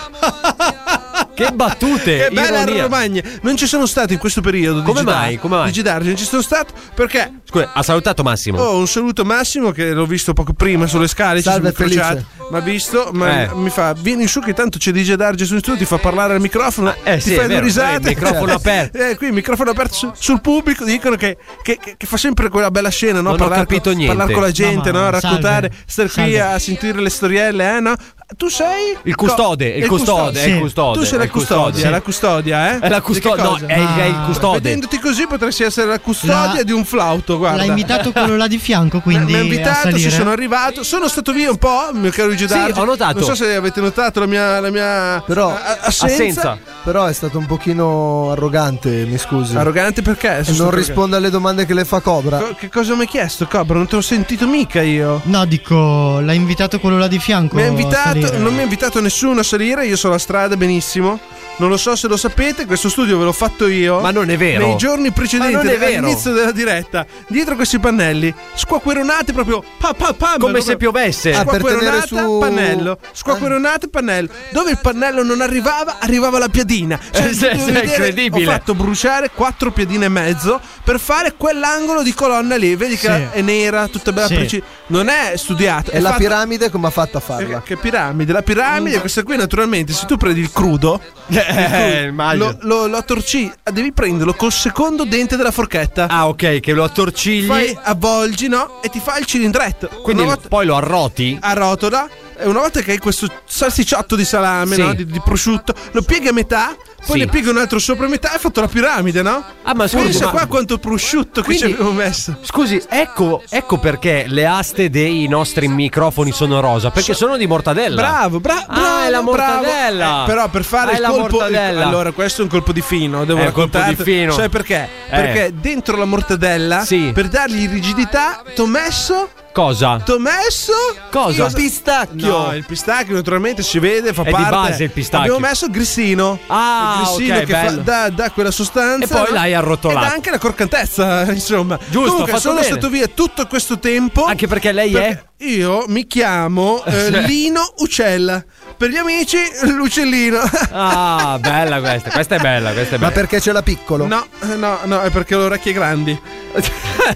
Speaker 3: Che battute!
Speaker 7: (laughs) Che bella
Speaker 3: Eh, ironia.
Speaker 7: Romagna. Non ci sono stato in questo periodo.
Speaker 3: Come
Speaker 7: di Gidar-
Speaker 3: mai? Come mai?
Speaker 7: Di Gidargi non ci sono stato perché
Speaker 3: Scusa, ha salutato Massimo.
Speaker 7: Oh, un saluto a Massimo che l'ho visto poco prima sulle scale.
Speaker 16: Salve,
Speaker 7: ci siamo
Speaker 16: Felice.
Speaker 7: incrociati, Mi ha visto, ma
Speaker 3: Eh.
Speaker 7: mi fa: Vieni su, che tanto c'è DJ Darge su in studio, ti fa parlare al microfono.
Speaker 3: eh,
Speaker 7: ti
Speaker 3: sì, è
Speaker 7: fai due
Speaker 3: vero,
Speaker 7: risate.
Speaker 3: eh, il
Speaker 7: (laughs)
Speaker 3: microfono aperto.
Speaker 7: Eh, qui il microfono aperto su- sul pubblico. Dicono che, che- che- che fa sempre quella bella scena, no?
Speaker 3: Non ho capito
Speaker 7: con,
Speaker 3: niente.
Speaker 7: parlare con la gente,
Speaker 8: No,
Speaker 7: no?
Speaker 8: ma-
Speaker 7: Raccontare, stare
Speaker 8: salve.
Speaker 7: qui
Speaker 8: Salve.
Speaker 7: a sentire le storielle, eh, no? Tu sei
Speaker 3: Il custode, il custode, è il
Speaker 7: Sì.
Speaker 3: custode,
Speaker 7: Tu sei
Speaker 3: è
Speaker 7: la
Speaker 3: il custode.
Speaker 7: custodia,
Speaker 3: Sì.
Speaker 7: la custodia, eh?
Speaker 3: È la
Speaker 7: Di che
Speaker 3: custode, no,
Speaker 7: cosa? Ah.
Speaker 3: è, il- è il custode.
Speaker 7: Vedendoti così potresti essere la custodia
Speaker 8: La-
Speaker 7: di un flauto, guarda.
Speaker 8: L'ha invitato quello là di fianco, quindi.
Speaker 7: Mi ha
Speaker 8: a
Speaker 7: invitato,
Speaker 8: salire.
Speaker 7: ci sono arrivato. Sono stato via un po', mio caro Luigi
Speaker 3: Sì,
Speaker 7: Dargi.
Speaker 3: ho notato.
Speaker 7: Non so se avete notato la mia, la mia
Speaker 16: Però-
Speaker 7: a- assenza.
Speaker 3: Assenza.
Speaker 16: Però è stato un pochino arrogante, mi scusi.
Speaker 7: Arrogante perché?
Speaker 16: E non risponde alle domande che le fa Cobra.
Speaker 7: Co- Che cosa mi hai chiesto, Cobra? Non te l'ho sentito mica io.
Speaker 8: No, dico, l'ha invitato quello là di fianco.
Speaker 7: Mi ha
Speaker 8: a
Speaker 7: invitato,
Speaker 8: salire.
Speaker 7: non mi ha invitato nessuno a salire, io sono a strada benissimo. Non lo so se lo sapete, questo studio ve l'ho fatto io.
Speaker 3: Ma non è vero.
Speaker 7: Nei giorni precedenti
Speaker 3: Ma non è vero.
Speaker 7: all'inizio della diretta, dietro questi pannelli, squacqueronate proprio pa, pa, pa,
Speaker 3: Come
Speaker 7: proprio-
Speaker 3: se piovesse.
Speaker 16: Ah, per tenere
Speaker 7: Squacqueronata,
Speaker 16: su-
Speaker 7: pannello. Squacqueronata, pannello. Dove il pannello non arrivava, arrivava la piadina. Cioè,
Speaker 3: Eh, sì,
Speaker 7: dovete
Speaker 3: sì, è
Speaker 7: vedere,
Speaker 3: incredibile.
Speaker 7: Ho fatto bruciare quattro piadine e mezzo per fare quell'angolo di colonna lì. Vedi che
Speaker 8: Sì.
Speaker 7: è nera, tutta bella
Speaker 8: Sì.
Speaker 7: precisa. Non è studiato.
Speaker 16: E la
Speaker 7: piramide
Speaker 16: piramide come ha fatto a farla?
Speaker 7: eh, Che piramide? La piramide, questa qui, naturalmente, se tu prendi il crudo,
Speaker 3: Mm. (laughs) Eh,
Speaker 7: il crudo,
Speaker 3: immagino.
Speaker 7: lo, lo, lo attorci- devi prenderlo col secondo dente della forchetta.
Speaker 3: Ah, ok, che lo attorcigli.
Speaker 7: Poi avvolgi, no? E ti fa il cilindretto.
Speaker 3: quindi
Speaker 7: Una volta-
Speaker 3: poi lo arroti.
Speaker 7: a rotola. E una volta che hai questo salsicciotto di salame,
Speaker 3: Sì.
Speaker 7: no? di, di prosciutto, lo pieghi a metà, poi
Speaker 3: Sì.
Speaker 7: ne pieghi un altro sopra a metà e hai fatto la piramide, no?
Speaker 3: Ah, ma scusi,
Speaker 7: Pensa
Speaker 3: ma-
Speaker 7: qua quanto prosciutto che ci
Speaker 3: Quindi-
Speaker 7: abbiamo messo.
Speaker 3: Scusi, ecco, ecco perché le aste dei nostri microfoni sono rosa, perché sono di mortadella.
Speaker 7: Bravo, bravo,
Speaker 3: Ah,
Speaker 7: bravo,
Speaker 3: è la
Speaker 7: bravo.
Speaker 3: mortadella.
Speaker 7: Eh, però per fare
Speaker 3: Ah, è
Speaker 7: il
Speaker 3: la
Speaker 7: colpo il-
Speaker 3: mortadella.
Speaker 7: Allora, questo è un colpo di fino, devo
Speaker 3: È un colpo
Speaker 7: raccontarti.
Speaker 3: di fino.
Speaker 7: Sai perché?
Speaker 3: Eh.
Speaker 7: Perché dentro la mortadella,
Speaker 3: Sì.
Speaker 7: per dargli rigidità, t'ho messo
Speaker 3: Cosa?
Speaker 7: T'ho messo
Speaker 3: Cosa?
Speaker 7: il pistacchio. No, il pistacchio naturalmente si vede, fa
Speaker 3: È di
Speaker 7: parte.
Speaker 3: base il pistacchio.
Speaker 7: Abbiamo messo il grissino.
Speaker 3: Ah,
Speaker 7: il grissino
Speaker 3: ok,
Speaker 7: che fa-
Speaker 3: bello.
Speaker 7: dà, dà quella sostanza.
Speaker 3: E poi
Speaker 7: no?
Speaker 3: l'hai arrotolato.
Speaker 7: E dà anche la croccantezza, (laughs) insomma.
Speaker 3: Giusto, ha
Speaker 7: Comunque,
Speaker 3: fatto
Speaker 7: sono
Speaker 3: bene.
Speaker 7: stato via tutto questo tempo.
Speaker 3: Anche perché lei è
Speaker 7: perché Io mi chiamo
Speaker 3: eh.
Speaker 7: eh,
Speaker 3: (laughs) Sì.
Speaker 7: Lino Uccella. Per gli amici, l'uccellino.
Speaker 3: Ah, bella questa, questa è bella, questa è
Speaker 16: (laughs)
Speaker 3: bella.
Speaker 16: Ma perché ce l'ha piccolo?
Speaker 7: No, no, no, è perché ho le
Speaker 3: (laughs)
Speaker 7: orecchie grandi.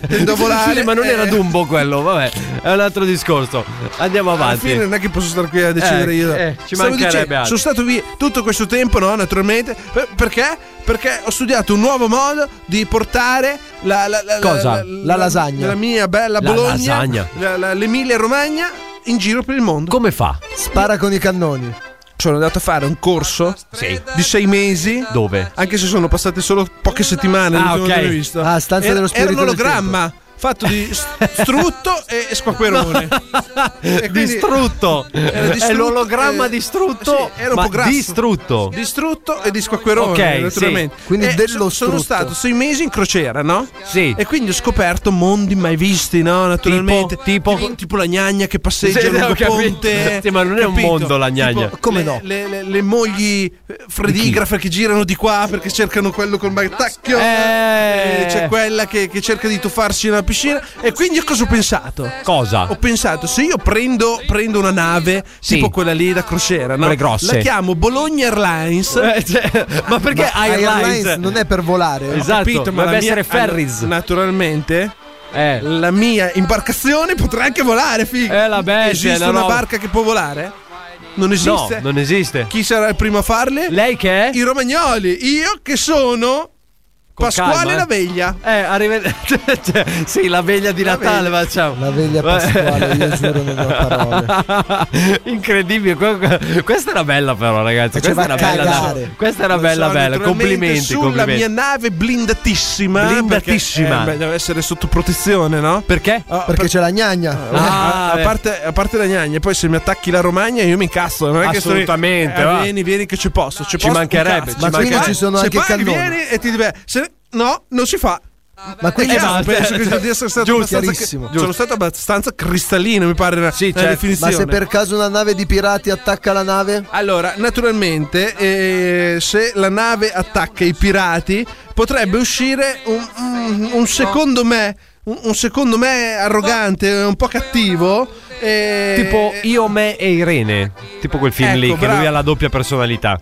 Speaker 7: Tendo a volare.
Speaker 3: Scusi, ma non era
Speaker 7: eh,
Speaker 3: Dumbo quello, vabbè, è un altro discorso. Andiamo
Speaker 7: Alla
Speaker 3: avanti.
Speaker 7: fine non è che posso stare qui a decidere
Speaker 3: Eh,
Speaker 7: io.
Speaker 3: eh, ci
Speaker 7: Stavo
Speaker 3: mancherebbe
Speaker 7: dicendo,
Speaker 3: altro.
Speaker 7: Sono stato via tutto questo tempo, no? Naturalmente. Per- Perché? Perché ho studiato un nuovo modo di portare la, la- la-
Speaker 3: Cosa?
Speaker 16: La lasagna.
Speaker 7: La mia bella
Speaker 3: La
Speaker 7: Bologna.
Speaker 3: lasagna.
Speaker 7: la- la- L'Emilia Romagna in giro per il mondo.
Speaker 3: Come fa?
Speaker 16: Spara con i cannoni.
Speaker 7: Sono andato a fare un corso
Speaker 3: Sì.
Speaker 7: di sei mesi.
Speaker 3: Dove?
Speaker 7: Anche se sono passate solo poche settimane.
Speaker 3: Ah,
Speaker 7: l'ultimo
Speaker 3: ok.
Speaker 7: che l'ho visto.
Speaker 16: Ah, stanza dello spirito
Speaker 7: Era un
Speaker 16: del
Speaker 7: ologramma fatto di st- strutto e
Speaker 16: (laughs)
Speaker 7: e squacquerone. E quindi-
Speaker 3: distrutto.
Speaker 7: Era distrutto,
Speaker 3: è l'ologramma
Speaker 7: eh,
Speaker 3: distrutto.
Speaker 7: sì, era un
Speaker 3: ma
Speaker 7: po' grasso.
Speaker 3: distrutto.
Speaker 7: Distrutto e di squacquerone,
Speaker 3: Ok,
Speaker 7: naturalmente.
Speaker 16: sì. Quindi
Speaker 7: E
Speaker 16: dello
Speaker 7: so- sono
Speaker 16: strutto.
Speaker 7: stato sei mesi in crociera, no?
Speaker 3: Sì.
Speaker 7: E quindi ho scoperto mondi mai visti, no? Naturalmente.
Speaker 3: Tipo?
Speaker 7: tipo la gnagna che passeggia
Speaker 3: Sì,
Speaker 7: lungo
Speaker 3: ho capito.
Speaker 7: ponte.
Speaker 3: Sì, ma non è un mondo la gnagna.
Speaker 7: Tipo
Speaker 16: Come
Speaker 7: le-
Speaker 16: no?
Speaker 7: Le, le- le mogli eh, fredigrafe che girano di qua perché cercano quello col battacchio.
Speaker 3: Eh.
Speaker 7: C'è quella che, che cerca di tuffarsi una alla piscina. E quindi io cosa ho pensato?
Speaker 3: Cosa?
Speaker 7: Ho pensato, se io prendo, prendo una nave,
Speaker 3: Ah. Sì.
Speaker 7: tipo quella lì da crociera, no?
Speaker 3: Quelle grosse.
Speaker 7: la chiamo Bologna Airlines.
Speaker 3: Eh, cioè, ma perché
Speaker 16: Ma
Speaker 3: Airlines?
Speaker 16: non è per volare.
Speaker 7: Ho capito, Esatto, ma la mia- ah, Naturalmente.
Speaker 6: Eh.
Speaker 7: La mia imbarcazione potrà anche volare, figo.
Speaker 3: Eh, la bestia,
Speaker 7: Esiste
Speaker 3: la
Speaker 7: una
Speaker 3: roba.
Speaker 7: barca che può volare? Non esiste.
Speaker 3: No, non esiste.
Speaker 7: Chi sarà il primo a farle?
Speaker 3: Lei che è?
Speaker 7: I romagnoli. Io che sono
Speaker 3: Con
Speaker 7: Pasquale
Speaker 3: calma, eh.
Speaker 7: la veglia.
Speaker 3: Eh, arrivederci. (laughs) Cioè, sì, la veglia di Natale,
Speaker 7: veglia.
Speaker 3: facciamo.
Speaker 16: La veglia pasquale, io giuro non ho parole.
Speaker 3: (laughs) Incredibile. que- Questa era bella, però, ragazzi. Questa
Speaker 16: Faceva
Speaker 3: era bella,
Speaker 16: cagare.
Speaker 3: da- questa era
Speaker 7: Non
Speaker 3: bella,
Speaker 7: so,
Speaker 3: bella.
Speaker 7: naturalmente
Speaker 3: Complimenti.
Speaker 7: Sulla
Speaker 3: complimenti.
Speaker 7: mia nave blindatissima.
Speaker 3: Blindatissima.
Speaker 7: perché, eh, beh, deve essere sotto protezione, no?
Speaker 3: Perché?
Speaker 7: Ah,
Speaker 16: Perché c'è la gnagna.
Speaker 3: Ah,
Speaker 7: Eh, a, a
Speaker 3: beh.
Speaker 7: parte, a parte la gnagna, poi se mi attacchi la Romagna io mi incazzo. Non è che sto lì,
Speaker 3: Assolutamente,
Speaker 7: eh,
Speaker 3: va.
Speaker 7: vieni, vieni che ci posso.
Speaker 3: Ci
Speaker 7: Ci, posso,
Speaker 3: mancherebbe,
Speaker 7: incazzo.
Speaker 3: ci Ma
Speaker 16: quindi mancherebbe. ci sono
Speaker 7: se
Speaker 16: anche i
Speaker 7: paghi,
Speaker 16: cannoni.
Speaker 7: vieni e ti dice, se no, non si fa.
Speaker 16: Ma quindi
Speaker 7: Eh, ma penso che di essere stato
Speaker 16: Giusto,
Speaker 7: abbastanza-
Speaker 16: chiarissimo.
Speaker 7: Sono stato abbastanza cristallino, mi pare. Sì,
Speaker 3: certo.
Speaker 16: Ma
Speaker 7: definizione.
Speaker 16: se per caso una nave di pirati attacca la nave?
Speaker 7: Allora, naturalmente, eh, se la nave attacca i pirati, potrebbe uscire un, un- un secondo me. Un, un secondo me arrogante, un po' cattivo. eh,
Speaker 3: Tipo Io, me e Irene. Tipo quel film
Speaker 7: Ecco,
Speaker 3: lì, che lui
Speaker 7: bravo. Eh,
Speaker 3: ha la doppia personalità.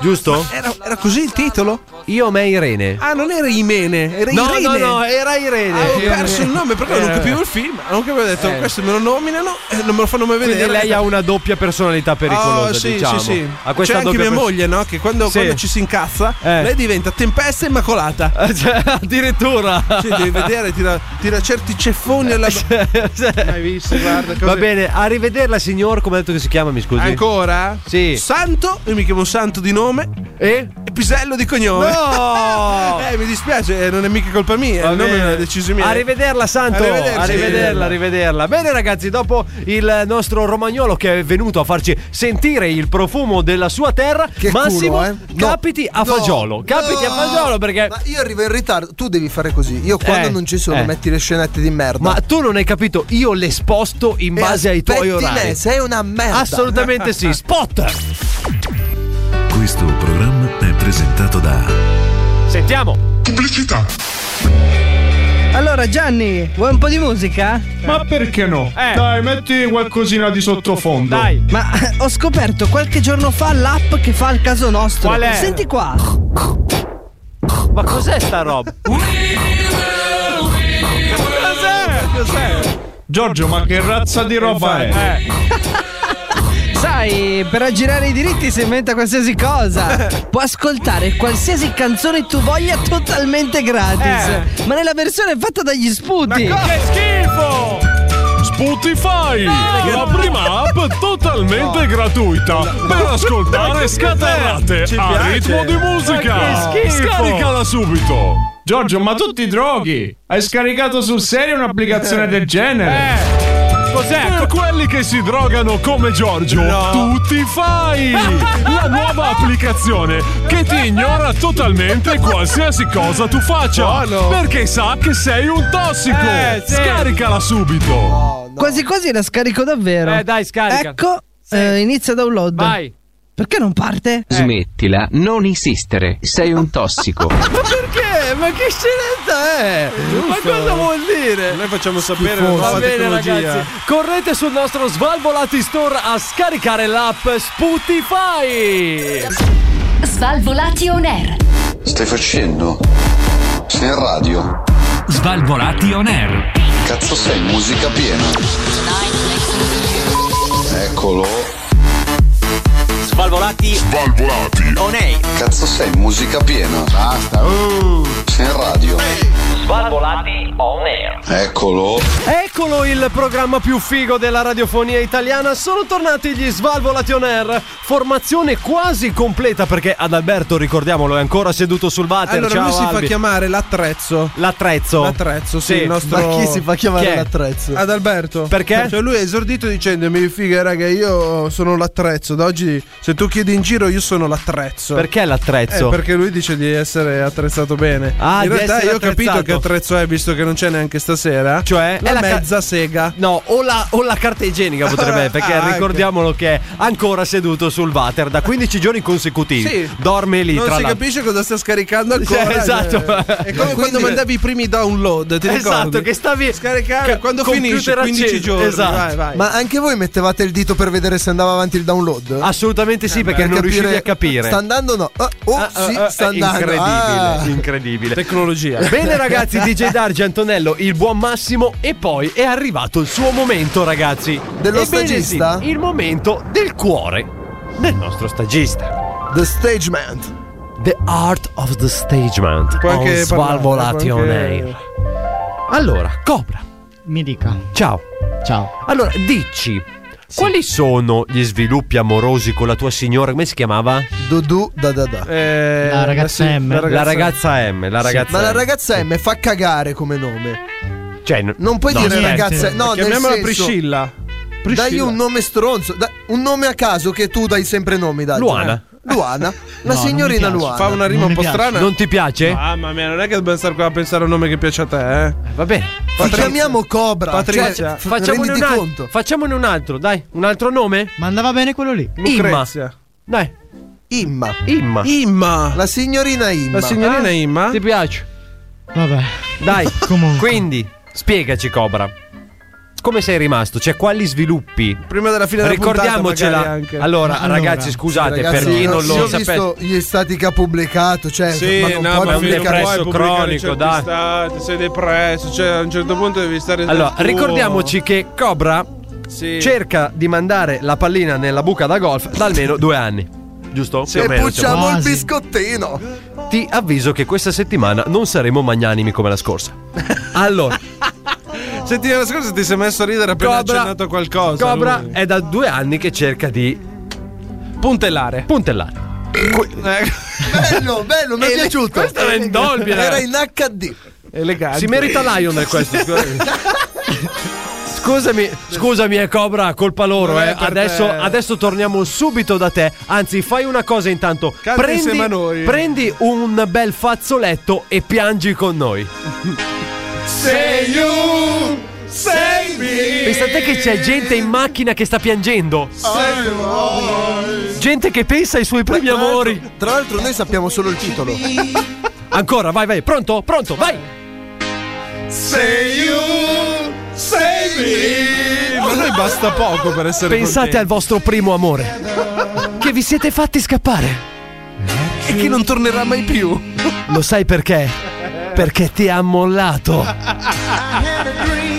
Speaker 3: Giusto?
Speaker 7: Era, era così il titolo?
Speaker 3: Io, me e Irene.
Speaker 7: Ah, non era Imene, era
Speaker 3: no,
Speaker 7: Irene.
Speaker 3: no, no, era Irene.
Speaker 7: Ah, ho
Speaker 3: Io,
Speaker 7: perso
Speaker 3: me-
Speaker 7: il nome perché non
Speaker 3: Eh.
Speaker 7: capivo il film. Non capivo, ho detto,
Speaker 3: Eh.
Speaker 7: questo me lo nominano e non me lo fanno mai vedere.
Speaker 3: Quindi lei ha una doppia personalità pericolosa,
Speaker 7: Ah, sì,
Speaker 3: diciamo.
Speaker 7: sì, sì.
Speaker 3: Ha
Speaker 7: C'è
Speaker 3: questa
Speaker 7: anche
Speaker 3: doppia
Speaker 7: mia
Speaker 3: per-
Speaker 7: moglie, no? Che quando,
Speaker 3: Sì.
Speaker 7: quando ci si incazza,
Speaker 3: Eh.
Speaker 7: lei diventa tempesta immacolata.
Speaker 3: Ah, cioè, (laughs) addirittura.
Speaker 7: Sì,
Speaker 3: (laughs)
Speaker 7: devi vedere, tira, tira certi ceffoni alla. Mai visto, guarda. cose-
Speaker 3: Eh, Cioè, Va bene, a rivederla, signor. Come ha detto che si chiama? Mi scusi.
Speaker 7: Ancora?
Speaker 3: Sì.
Speaker 7: Santo, io mi chiamo Santo di nome
Speaker 3: Eh?
Speaker 7: e Pisello di cognome.
Speaker 3: No!
Speaker 7: (laughs) eh, mi dispiace, eh, non è mica colpa mia.
Speaker 3: Va
Speaker 7: il nome
Speaker 3: bene.
Speaker 7: è una decisione mia.
Speaker 3: Arrivederla, Santo.
Speaker 7: Arrivederci.
Speaker 3: Arrivederla, arrivederla. Bene, ragazzi, dopo il nostro romagnolo che è venuto a farci sentire il profumo della sua terra,
Speaker 16: Che
Speaker 3: Massimo,
Speaker 16: culo, eh. No.
Speaker 3: capiti a fagiolo. Capiti a
Speaker 16: No.
Speaker 3: fagiolo perché.
Speaker 16: Ma io arrivo in ritardo, tu devi fare così. Io quando
Speaker 3: Eh,
Speaker 16: non ci sono
Speaker 3: eh.
Speaker 16: metti le scenette di merda.
Speaker 3: Ma tu non hai capito, io le sposto in
Speaker 17: Eh,
Speaker 16: E
Speaker 3: base ai tuoi
Speaker 16: aspetti
Speaker 3: orari.
Speaker 16: me, sei una merda.
Speaker 3: Assolutamente sì, spot!
Speaker 18: Questo programma è presentato da
Speaker 3: Sentiamo!
Speaker 11: Pubblicità.
Speaker 17: Allora Gianni, vuoi un po' di musica?
Speaker 6: Ma perché no?
Speaker 3: Eh.
Speaker 6: Dai, metti qualcosina di sottofondo.
Speaker 3: Dai!
Speaker 17: Ma (laughs) eh, ho scoperto qualche giorno fa l'app che fa il caso nostro.
Speaker 3: Qual è?
Speaker 17: Senti qua.
Speaker 3: Ma cos'è sta roba? cos'è? Cos'è?
Speaker 6: Giorgio, ma che razza di roba è?
Speaker 3: Eh.
Speaker 17: Sai, per aggirare i diritti si inventa qualsiasi
Speaker 3: (laughs)
Speaker 17: cosa. Puoi ascoltare qualsiasi canzone tu voglia totalmente
Speaker 3: Eh.
Speaker 17: gratis. Ma nella versione fatta dagli sputi.
Speaker 6: Che schifo! Spotify, la prima app totalmente gratuita per ascoltare
Speaker 3: Eh,
Speaker 6: scatenate
Speaker 7: Ci
Speaker 6: a
Speaker 7: piace.
Speaker 6: ritmo di
Speaker 3: Ma
Speaker 6: musica.
Speaker 3: che schifo.
Speaker 6: Scaricala subito. Giorgio, ma tu ti droghi? Hai scaricato sul serio
Speaker 3: Eh.
Speaker 6: un'applicazione del genere? Per quelli che si drogano come Giorgio, tu ti fai
Speaker 3: (laughs)
Speaker 6: la nuova applicazione che ti ignora totalmente qualsiasi cosa tu faccia.
Speaker 7: Buono.
Speaker 6: Perché sa che sei un tossico.
Speaker 3: Eh, sì.
Speaker 6: Scaricala subito.
Speaker 17: Quasi quasi la scarico davvero.
Speaker 3: Eh, dai, scarica.
Speaker 17: Ecco, eh, inizia download.
Speaker 3: Vai!
Speaker 17: Perché non parte?
Speaker 19: Smettila, non insistere, sei un tossico.
Speaker 3: Ma perché? Eh, Ma che scenetta è? Ma cosa vuol dire?
Speaker 7: Noi facciamo sapere la
Speaker 3: Va
Speaker 7: nuova
Speaker 3: bene
Speaker 7: tecnologia.
Speaker 3: ragazzi, correte sul nostro Svalvolati Store a scaricare l'app Spotify!
Speaker 4: Svalvolati on air.
Speaker 20: Stai facendo? Sei in radio?
Speaker 13: Svalvolati on air.
Speaker 20: Cazzo sei in musica piena? Eccolo.
Speaker 13: Svalvolati
Speaker 11: Svalvolati.
Speaker 13: on air.
Speaker 20: Cazzo sei in musica piena? Basta. Uh. Sei in radio?
Speaker 19: Svalvolati on air.
Speaker 20: Eccolo.
Speaker 3: Eccolo il programma più figo della radiofonia italiana. Sono tornati gli Svalvolati on Air. Formazione quasi completa perché ad Alberto, ricordiamolo, è ancora seduto sul water.
Speaker 7: Allora,
Speaker 3: Ciao,
Speaker 7: lui si fa
Speaker 3: Albi.
Speaker 7: chiamare l'attrezzo.
Speaker 3: L'attrezzo.
Speaker 7: L'attrezzo, sì,
Speaker 3: Sì.
Speaker 7: il nostro.
Speaker 17: Ecco.
Speaker 16: Ma chi si fa
Speaker 3: Chi
Speaker 16: chiamare
Speaker 3: è?
Speaker 16: l'attrezzo?
Speaker 7: Ad Alberto.
Speaker 3: Perché?
Speaker 7: Cioè, lui è esordito dicendomi: Figa, raga, io sono l'attrezzo. Da oggi, se tu chiedi in giro, io sono l'attrezzo.
Speaker 3: Perché
Speaker 7: Eh,
Speaker 3: l'attrezzo?
Speaker 7: perché lui dice di essere attrezzato bene.
Speaker 3: Ah, di
Speaker 7: in realtà
Speaker 3: essere
Speaker 7: io ho capito
Speaker 3: attrezzato.
Speaker 7: che attrezzo è, visto che non c'è neanche stasera?
Speaker 3: Cioè,
Speaker 7: la,
Speaker 3: è la ca-
Speaker 7: mezza sega.
Speaker 3: No, o la, o la carta igienica potrebbe, perché
Speaker 7: (laughs) Ah, anche.
Speaker 3: ricordiamolo che è ancora seduto sul water da 15 giorni consecutivi.
Speaker 7: Sì.
Speaker 3: Dorme lì,
Speaker 7: non
Speaker 3: tra
Speaker 7: si
Speaker 3: l'altro.
Speaker 7: capisce cosa sta scaricando ancora.
Speaker 3: Sì, esatto.
Speaker 7: cioè, È come quando mandavi i primi download, ti
Speaker 3: Esatto,
Speaker 7: ricordi?
Speaker 3: che stavi
Speaker 7: Scaricare
Speaker 3: ca-
Speaker 7: quando
Speaker 3: computer
Speaker 7: finisce 15
Speaker 3: acceso,
Speaker 7: giorni.
Speaker 3: esatto.
Speaker 7: Vai, vai.
Speaker 16: Ma anche voi mettevate il dito per vedere se andava avanti il download?
Speaker 3: Assolutamente sì, perché Ah, non riuscivi a capire.
Speaker 16: Eh, Sta andando o no? Ah, oh, sì,
Speaker 3: Ah, ah,
Speaker 16: sta
Speaker 3: ah,
Speaker 16: andando.
Speaker 3: Incredibile,
Speaker 16: Ah.
Speaker 3: incredibile.
Speaker 7: Tecnologia.
Speaker 16: (laughs)
Speaker 3: Bene ragazzi, DJ Dargi, Antonello, il buon Massimo e poi è arrivato il suo momento ragazzi.
Speaker 16: Dello
Speaker 3: Ebbene sì,
Speaker 16: stagista?
Speaker 3: il momento del cuore del nostro stagista.
Speaker 16: The Stagement.
Speaker 3: The Art of the Stagement.
Speaker 7: Puoi anche
Speaker 3: On
Speaker 7: parlare,
Speaker 3: Svalvolati
Speaker 7: puoi
Speaker 3: on
Speaker 7: anche-
Speaker 3: air. Allora, Cobra,
Speaker 8: Mi dica.
Speaker 3: ciao.
Speaker 8: Ciao.
Speaker 3: Allora, dici, quali sono gli sviluppi amorosi con la tua signora? Come si chiamava?
Speaker 16: Dudu da da da.
Speaker 7: Eh,
Speaker 8: La ragazza
Speaker 7: sì,
Speaker 8: M.
Speaker 7: la
Speaker 3: La ragazza M, la ragazza
Speaker 16: Ma la
Speaker 3: M.
Speaker 16: ragazza M fa cagare come nome.
Speaker 3: Cioè, n-
Speaker 16: Non puoi
Speaker 3: no,
Speaker 16: dire
Speaker 3: aspetta.
Speaker 16: ragazza. Eh, No, nel
Speaker 7: Chiamiamola
Speaker 16: senso,
Speaker 7: Priscilla. Priscilla.
Speaker 16: Dagli un nome stronzo. da- un nome a caso che tu dai sempre nomi. Dagli.
Speaker 3: Luana.
Speaker 16: Luana. La
Speaker 8: No,
Speaker 16: signorina
Speaker 8: non mi
Speaker 16: Luana.
Speaker 8: piace.
Speaker 7: Fa una rima un
Speaker 8: Non mi
Speaker 7: po'
Speaker 8: piace.
Speaker 7: strana.
Speaker 3: Non ti piace?
Speaker 7: Mamma mia, non è che dobbiamo stare qua a pensare a un nome che piace a te, eh?
Speaker 3: Va bene.
Speaker 16: Ti chiamiamo Cobra.
Speaker 7: Patrizia.
Speaker 16: Cioè, f-
Speaker 3: Facciamone
Speaker 16: renditi
Speaker 3: un, altro,
Speaker 16: conto.
Speaker 3: facciamone un altro, dai. Un altro nome?
Speaker 8: Ma andava bene quello lì.
Speaker 3: Imma.
Speaker 7: Lucrezia.
Speaker 3: Dai,
Speaker 16: Imma.
Speaker 3: Imma.
Speaker 7: Imma.
Speaker 16: La signorina Imma.
Speaker 7: La signorina
Speaker 3: Eh?
Speaker 7: Imma?
Speaker 3: Ti piace?
Speaker 8: Vabbè.
Speaker 3: Dai.
Speaker 8: (laughs) Comunque.
Speaker 3: Quindi, spiegaci, Cobra. Come sei rimasto? Cioè, quali sviluppi?
Speaker 7: Prima della fine della puntata
Speaker 3: Ricordiamocela.
Speaker 7: magari anche.
Speaker 3: Allora,
Speaker 8: Allora,
Speaker 3: ragazzi, scusate
Speaker 16: Ragazzi,
Speaker 3: per chi
Speaker 16: io-
Speaker 3: non
Speaker 16: io
Speaker 3: lo
Speaker 16: ho
Speaker 3: sapesse.
Speaker 16: visto gli estati che ha pubblicato, cioè,
Speaker 7: Sì,
Speaker 16: ma non
Speaker 7: no,
Speaker 16: puoi
Speaker 7: ma
Speaker 3: un
Speaker 7: figlio,
Speaker 3: depresso
Speaker 7: puoi cioè, pubblicare
Speaker 3: cronico,
Speaker 7: certi
Speaker 3: dai.
Speaker 7: stati, sei depresso, cioè a un certo punto devi stare
Speaker 3: Allora,
Speaker 7: dal tuo.
Speaker 3: ricordiamoci che Cobra
Speaker 7: Sì.
Speaker 3: cerca di mandare la pallina nella buca da golf da almeno due anni. Giusto? Più o
Speaker 16: E
Speaker 3: meno, insomma.
Speaker 16: pucciamo il
Speaker 8: quasi.
Speaker 16: biscottino.
Speaker 3: Ti avviso che questa settimana non saremo magnanimi come la
Speaker 16: (laughs)
Speaker 3: scorsa. Allora,
Speaker 7: Settimana scorsa ti sei messo a ridere appena
Speaker 3: Cobra,
Speaker 7: accennato a qualcosa.
Speaker 3: Cobra
Speaker 7: lui.
Speaker 3: è da due anni che cerca di
Speaker 7: puntellare.
Speaker 3: puntellare.
Speaker 7: Ecco.
Speaker 16: Bello, bello, mi è piaciuto. Eh,
Speaker 3: questo era in Dolby, era.
Speaker 16: Era in HD.
Speaker 7: Elegante.
Speaker 3: Si merita Lionel questo. (laughs) Scusami, scusami, eh, Cobra, colpa loro.
Speaker 7: Non è
Speaker 3: eh.
Speaker 7: per
Speaker 3: Adesso,
Speaker 7: te.
Speaker 3: adesso torniamo subito da te. Anzi, fai una cosa intanto.
Speaker 7: Canta insieme a noi.
Speaker 3: prendi un bel fazzoletto e piangi con noi.
Speaker 7: Say you, say me.
Speaker 3: Pensate che c'è gente in macchina che sta piangendo.
Speaker 7: oh.
Speaker 3: Gente che pensa ai suoi primi amori.
Speaker 16: Tra l'altro noi sappiamo solo il titolo.
Speaker 7: (laughs)
Speaker 3: Ancora, vai, vai. Pronto? Pronto? Vai.
Speaker 7: Say you, say me. Ma noi basta poco per essere
Speaker 3: Pensate al vostro primo amore. Che vi siete fatti scappare.
Speaker 7: e che non tornerà mai più.
Speaker 3: Lo sai perché? Perché ti ha mollato.
Speaker 8: Ah.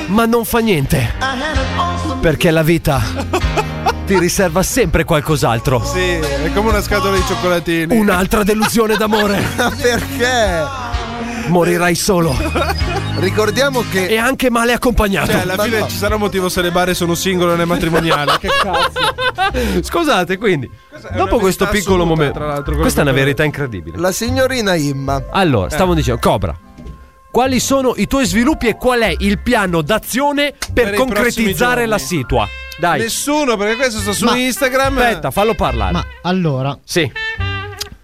Speaker 3: Ma non fa niente. Perché la vita ti riserva sempre qualcos'altro.
Speaker 7: Sì, è come una scatola di cioccolatini.
Speaker 3: Un'altra delusione d'amore.
Speaker 16: Perché?
Speaker 3: Morirai solo
Speaker 16: Ricordiamo che
Speaker 3: e anche male accompagnato.
Speaker 7: Cioè, alla fine ci sarà un motivo se le bare sono singole o non è matrimoniale. che cazzo.
Speaker 3: Scusate, quindi,
Speaker 7: è
Speaker 3: dopo
Speaker 7: una
Speaker 3: questo
Speaker 7: verità
Speaker 3: piccolo
Speaker 7: assoluta,
Speaker 3: momento,
Speaker 7: tra l'altro, quello
Speaker 3: questa è una
Speaker 7: che-
Speaker 3: verità incredibile.
Speaker 16: la signorina Imma
Speaker 7: Eh.
Speaker 3: Allora, stavo dicendo, Cobra, quali sono i tuoi sviluppi e qual è il piano d'azione per,
Speaker 7: Per i
Speaker 3: concretizzare
Speaker 7: prossimi
Speaker 3: la
Speaker 7: giorni.
Speaker 3: situa? Dai,
Speaker 7: Nessuno, perché questo sta su
Speaker 8: Ma-
Speaker 7: Instagram.
Speaker 3: aspetta, fallo parlare.
Speaker 8: Ma allora,
Speaker 3: Sì,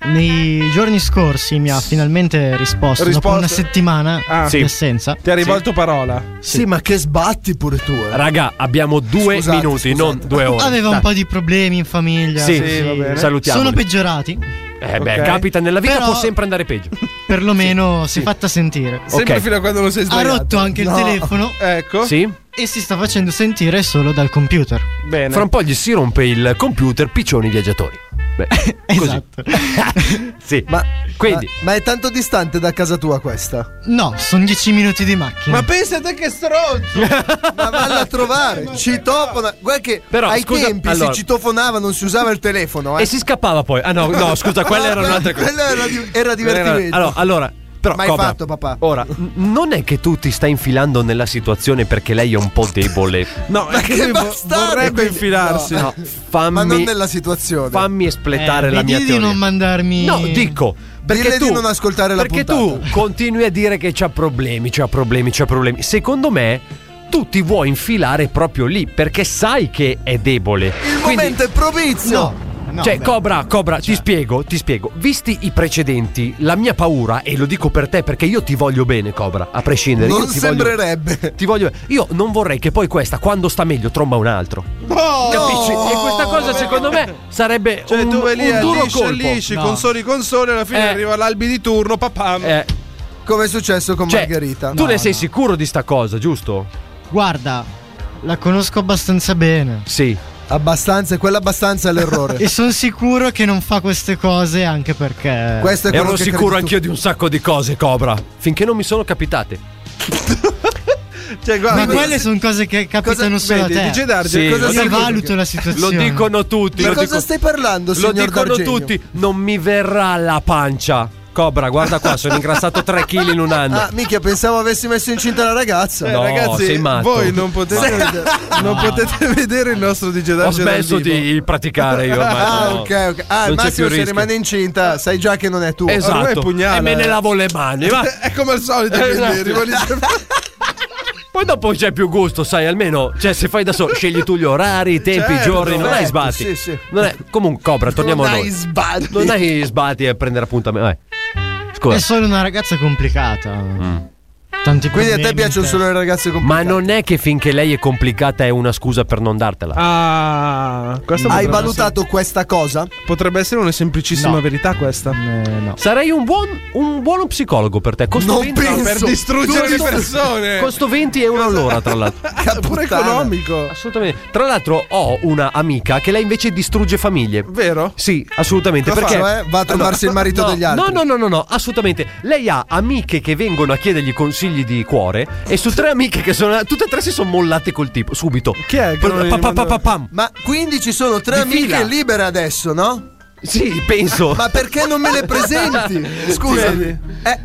Speaker 8: nei giorni scorsi mi ha finalmente risposto,
Speaker 7: Risposto?
Speaker 8: dopo una settimana
Speaker 7: Ah.
Speaker 8: di
Speaker 3: Sì.
Speaker 8: assenza.
Speaker 7: Ti ha rivolto parola.
Speaker 16: Sì, ma che sbatti pure tu eh.
Speaker 3: raga, abbiamo due
Speaker 16: Scusate,
Speaker 3: minuti,
Speaker 16: scusate.
Speaker 3: non due ore.
Speaker 8: Aveva un
Speaker 3: Dai.
Speaker 8: po' di problemi in famiglia.
Speaker 3: Sì,
Speaker 7: Sì, va bene.
Speaker 3: salutiamo.
Speaker 8: Sono peggiorati,
Speaker 3: eh beh,
Speaker 7: Ok.
Speaker 3: capita nella vita,
Speaker 8: Però-
Speaker 3: può sempre andare peggio.
Speaker 8: perlomeno si è fatta sentire.
Speaker 7: (laughs) Sempre
Speaker 3: Ok.
Speaker 7: fino a quando non sei
Speaker 8: Ha
Speaker 7: sbagliato.
Speaker 8: rotto anche
Speaker 16: No.
Speaker 8: il telefono
Speaker 7: Ecco.
Speaker 3: Sì?
Speaker 8: e si sta facendo sentire solo dal computer. (laughs)
Speaker 7: Bene.
Speaker 3: Fra un po' gli si rompe il computer, piccioni viaggiatori. Beh, (laughs) così.
Speaker 8: Esatto. (laughs)
Speaker 3: Sì.
Speaker 16: Ma,
Speaker 3: Quindi-
Speaker 16: ma, ma è tanto distante da casa tua questa
Speaker 8: No, sono 10 minuti di macchina.
Speaker 7: Ma pensa te che stronzo.
Speaker 16: Ma vanno a trovare Citofona Guarda che
Speaker 3: Però,
Speaker 16: ai
Speaker 3: scusa,
Speaker 16: tempi
Speaker 3: allora-
Speaker 16: si citofonava Non si usava il telefono eh.
Speaker 3: E si scappava poi. Ah no, no,
Speaker 16: (laughs)
Speaker 3: scusa, quella era un'altra cosa.
Speaker 16: Quello era, di- era divertimento
Speaker 3: Allora, allora, però
Speaker 16: Mai
Speaker 3: Cobra,
Speaker 16: fatto, papà.
Speaker 3: Ora, n- non è che tu ti stai infilando nella situazione perché lei è un po' debole.
Speaker 7: No, è che
Speaker 16: che
Speaker 7: lui vo-
Speaker 16: bastardo,
Speaker 7: vorrebbe
Speaker 16: quindi-
Speaker 7: infilarsi.
Speaker 16: no.
Speaker 3: No, fammi
Speaker 16: Ma non nella situazione
Speaker 3: fammi
Speaker 8: Eh,
Speaker 3: espletare la
Speaker 8: vedi
Speaker 3: mia
Speaker 8: di
Speaker 3: teoria.
Speaker 8: non mandarmi
Speaker 3: No, dico perché
Speaker 16: Dille di
Speaker 3: tu
Speaker 16: non ascoltare la
Speaker 3: Perché
Speaker 16: puntata.
Speaker 3: tu continui a dire che c'ha problemi, c'ha problemi, c'ha problemi. Secondo me tu ti vuoi infilare proprio lì perché sai che è debole.
Speaker 16: Il
Speaker 3: Quindi
Speaker 16: momento è propizio
Speaker 8: No,
Speaker 3: cioè,
Speaker 12: beh.
Speaker 3: Cobra, Cobra, ti spiego, ti spiego. Visti i precedenti, la mia paura, e lo dico per te perché io ti voglio bene, Cobra, a prescindere.
Speaker 21: Non
Speaker 3: io ti voglio-
Speaker 21: sembrerebbe.
Speaker 3: ti voglio bene. Io non vorrei che poi questa, quando sta meglio, tromba un altro.
Speaker 7: Capisci?
Speaker 3: E questa cosa, secondo me, sarebbe
Speaker 7: cioè,
Speaker 3: un-
Speaker 7: tu vai lì
Speaker 3: un
Speaker 7: a
Speaker 3: duro
Speaker 7: lisci,
Speaker 3: colpo.
Speaker 7: lisci,
Speaker 3: No.
Speaker 7: consoli, consoli, alla fine
Speaker 3: Eh.
Speaker 7: arriva l'albi di turno, papà.
Speaker 21: Come è successo con
Speaker 3: Cioè,
Speaker 21: Margherita?
Speaker 3: Tu ne sei sicuro di sta cosa, giusto?
Speaker 8: Guarda, la conosco abbastanza bene.
Speaker 3: Sì.
Speaker 21: Abbastanza, e quella abbastanza è
Speaker 3: (laughs)
Speaker 21: l'errore.
Speaker 8: E sono sicuro che non fa queste cose anche perché.
Speaker 3: Ero sicuro anch'io di un sacco di cose, Cobra. Finché non mi sono capitate.
Speaker 7: cioè,
Speaker 8: Ma
Speaker 3: guarda-
Speaker 8: quelle sono cose che capitano
Speaker 3: cosa-
Speaker 8: solo a
Speaker 3: vedi,
Speaker 8: te.
Speaker 3: DJ Darge, Sì, cosa
Speaker 8: Io
Speaker 3: significa?
Speaker 8: valuto la situazione.
Speaker 3: Lo dicono tutti.
Speaker 21: Ma
Speaker 3: lo
Speaker 21: cosa
Speaker 3: dico-
Speaker 21: stai parlando,
Speaker 3: Lo
Speaker 21: signor
Speaker 3: dicono
Speaker 21: D'Argenio?
Speaker 3: tutti. Non mi verrà la pancia. Cobra, guarda qua, sono ingrassato 3 kg in un anno.
Speaker 21: Ah, minchia, pensavo avessi messo incinta la ragazza.
Speaker 3: Eh, No, ragazzi, sei matto.
Speaker 7: Voi non potete,
Speaker 21: (laughs)
Speaker 7: non potete vedere il nostro DJ
Speaker 3: Ho
Speaker 7: Darge dal
Speaker 3: smesso
Speaker 7: vivo.
Speaker 3: di praticare io. ormai,
Speaker 21: Ah,
Speaker 3: no.
Speaker 21: ok, ok. Ah,
Speaker 3: Non
Speaker 21: al
Speaker 3: c'è più
Speaker 21: massimo se
Speaker 3: rischio.
Speaker 21: rimane incinta, sai già che non è tuo. Ormai
Speaker 3: Esatto.
Speaker 21: pugnala,
Speaker 3: e me ne
Speaker 21: (laughs)
Speaker 3: Esatto.
Speaker 21: eh.
Speaker 3: lavo le mani. Va.
Speaker 7: È come al solito, quindi, rimani
Speaker 3: (laughs)
Speaker 7: sempre-
Speaker 3: Poi dopo c'è più gusto, sai, almeno, cioè se fai da solo, scegli tu gli orari, i tempi, i
Speaker 21: Certo,
Speaker 3: giorni, non hai
Speaker 21: certo,
Speaker 3: sbatti.
Speaker 21: sì, sì.
Speaker 3: Non è- comunque Cobra, torniamo
Speaker 21: Non
Speaker 3: a noi.
Speaker 21: hai sbatti. Eh
Speaker 3: Non hai sbatti e prendere appuntamento. Vai.
Speaker 8: È
Speaker 3: Scusa.
Speaker 8: solo una ragazza complicata.
Speaker 3: Mm.
Speaker 8: Tanti
Speaker 21: Quindi a te
Speaker 8: problemi
Speaker 21: piacciono
Speaker 8: interni.
Speaker 21: solo le ragazze
Speaker 3: Ma non è che finché lei è complicata è una scusa per non dartela.
Speaker 7: Ah, questa
Speaker 21: Hai
Speaker 7: potrebbe
Speaker 21: valutato questa cosa?
Speaker 7: essere- potrebbe essere una semplicissima
Speaker 3: No.
Speaker 7: verità questa.
Speaker 8: Eh,
Speaker 3: Sarei un buon un buono psicologo per te. Costo
Speaker 7: Non
Speaker 3: 20
Speaker 7: penso. Per distruggere
Speaker 3: Costo-
Speaker 7: le persone.
Speaker 3: Costo 20 euro all'ora, tra
Speaker 21: (laughs)
Speaker 3: l'altro.
Speaker 7: Pure economico.
Speaker 3: Assolutamente. Tra l'altro ho una amica che lei invece distrugge famiglie.
Speaker 7: Vero?
Speaker 3: Sì, assolutamente.
Speaker 21: Cosa
Speaker 3: perché
Speaker 21: fa, eh? Va a trovarsi il marito
Speaker 3: no,
Speaker 21: degli altri.
Speaker 3: No, no, no, no, no, assolutamente. Lei ha amiche che vengono a chiedergli consigli di cuore e su tre amiche che sono tutte e tre si sono mollate col tipo subito. Che è?
Speaker 21: Ma quindi ci sono tre
Speaker 3: Di
Speaker 21: amiche
Speaker 3: fila.
Speaker 21: libere adesso, no?
Speaker 3: Sì, penso.
Speaker 21: Ma perché non
Speaker 3: (laughs)
Speaker 21: me le presenti? Scusami. Eh,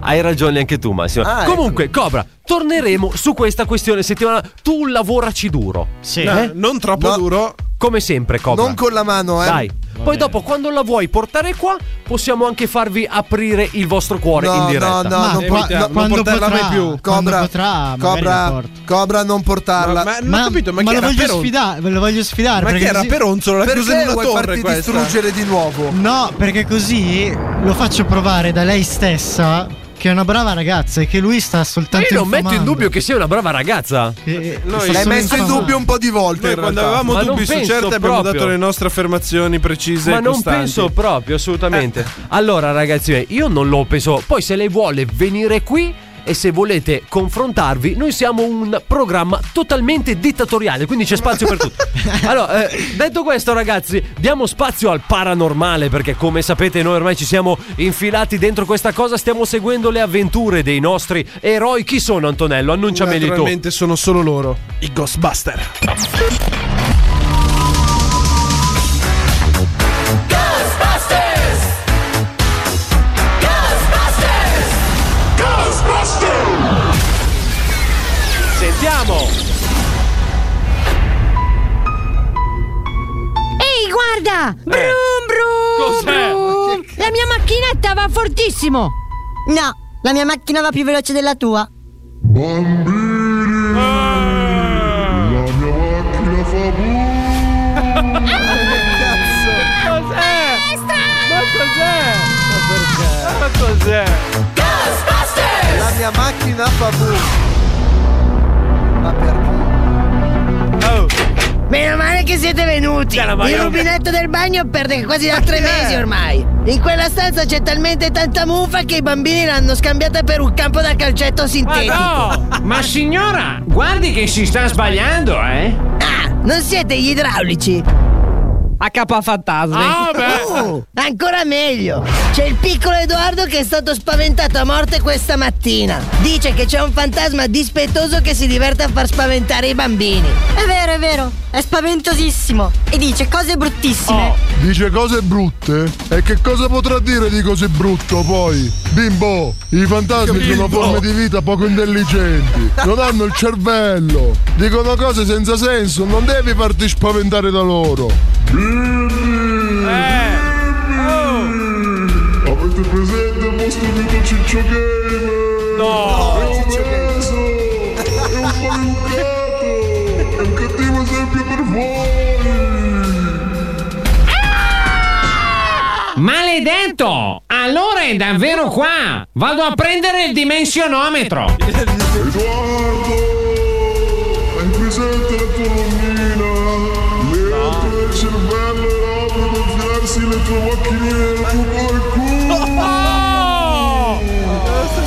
Speaker 3: Hai ragione anche tu, Massimo.
Speaker 21: Ah, ecco.
Speaker 3: Comunque, Cobra, torneremo su questa questione settimana. Tu lavoraci duro. Sì.
Speaker 8: Eh?
Speaker 7: No, non troppo duro.
Speaker 3: Come sempre, Cobra.
Speaker 21: Non con la mano, eh.
Speaker 3: Dai. Poi dopo, quando la vuoi portare qua, possiamo anche farvi aprire il vostro cuore
Speaker 21: No,
Speaker 3: in diretta.
Speaker 21: no, no, non,
Speaker 3: puoi
Speaker 21: po- no, non portarla mai più. Cobra,
Speaker 8: magari la
Speaker 21: Cobra, Cobra, non portarla.
Speaker 8: Ma, ma lo voglio sfidare, ve lo voglio sfidare. perché così-
Speaker 21: Perché vuoi farti distruggere di nuovo?
Speaker 8: No, perché così lo faccio provare da lei stessa che è una brava ragazza e che lui sta soltanto
Speaker 3: Io non metto in
Speaker 8: infamando. Eh,
Speaker 3: dubbio che sia una brava ragazza.
Speaker 7: Noi-
Speaker 21: L'hai messo in
Speaker 8: infamando.
Speaker 21: dubbio un po' di volte.
Speaker 7: Noi
Speaker 21: in
Speaker 7: quando
Speaker 21: realtà.
Speaker 7: avevamo
Speaker 3: Ma non
Speaker 7: dubbi su
Speaker 3: penso
Speaker 7: certe abbiamo
Speaker 3: proprio.
Speaker 7: dato le nostre affermazioni precise
Speaker 3: Ma
Speaker 7: e
Speaker 3: non
Speaker 7: costanti.
Speaker 3: penso proprio, assolutamente. Allora, ragazzi, eh, io non lo penso. Poi, se lei vuole venire qui e se volete confrontarvi, noi siamo un programma totalmente dittatoriale, quindi c'è spazio per tutto. Allora, eh, detto questo, ragazzi, diamo spazio al paranormale, perché come sapete, noi ormai ci siamo infilati dentro questa cosa. Stiamo seguendo le avventure dei nostri eroi. Chi sono, Antonello? Annunciameli tu.
Speaker 7: Naturalmente sono solo loro, i Ghostbuster.
Speaker 22: Ghostbusters! Ghostbusters! Ghostbusters!
Speaker 3: Sentiamo!
Speaker 23: Ehi, guarda! Brum brum! brum. La mia macchinetta va fortissimo!
Speaker 24: No, la mia macchina va più veloce della tua.
Speaker 3: Ma cos'è?
Speaker 22: Ghostbusters!
Speaker 21: La mia macchina fa
Speaker 23: Meno male che siete venuti!
Speaker 22: Meno male.
Speaker 23: Il rubinetto del bagno perde quasi da tre mesi ormai! Eh. In quella stanza c'è talmente tanta muffa che i bambini l'hanno scambiata per un campo da calcetto sintetico!
Speaker 13: Ma signora, guardi che si sta sbagliando, eh?
Speaker 23: Ah, non siete gli idraulici! A capa fantasma!
Speaker 13: Ah, beh.
Speaker 23: Oh. ancora meglio! C'è il piccolo Edoardo che è stato spaventato a morte questa mattina. Dice che c'è un fantasma dispettoso che si diverte a far spaventare i bambini.
Speaker 24: È vero, è vero, è spaventosissimo e dice cose bruttissime.
Speaker 4: Oh.
Speaker 20: Dice cose brutte? E che cosa potrà dire di così brutto poi? Bimbo, i fantasmi sono
Speaker 21: Bimbo.
Speaker 20: forme di vita poco intelligenti, non hanno il cervello, dicono cose senza senso, non devi farti spaventare da loro.
Speaker 22: Avete presente il vostro amico Ciccio Gamer?
Speaker 3: No!
Speaker 22: È obeso! È un maleducato! È un cattivo esempio per voi!
Speaker 13: maledetto! Allora è davvero qua! Vado a prendere il dimensionometro!
Speaker 22: Hai presente la tua nonnina? Le apre il cervello e la apre per infilarsi le tue macchinine nel tuo porco.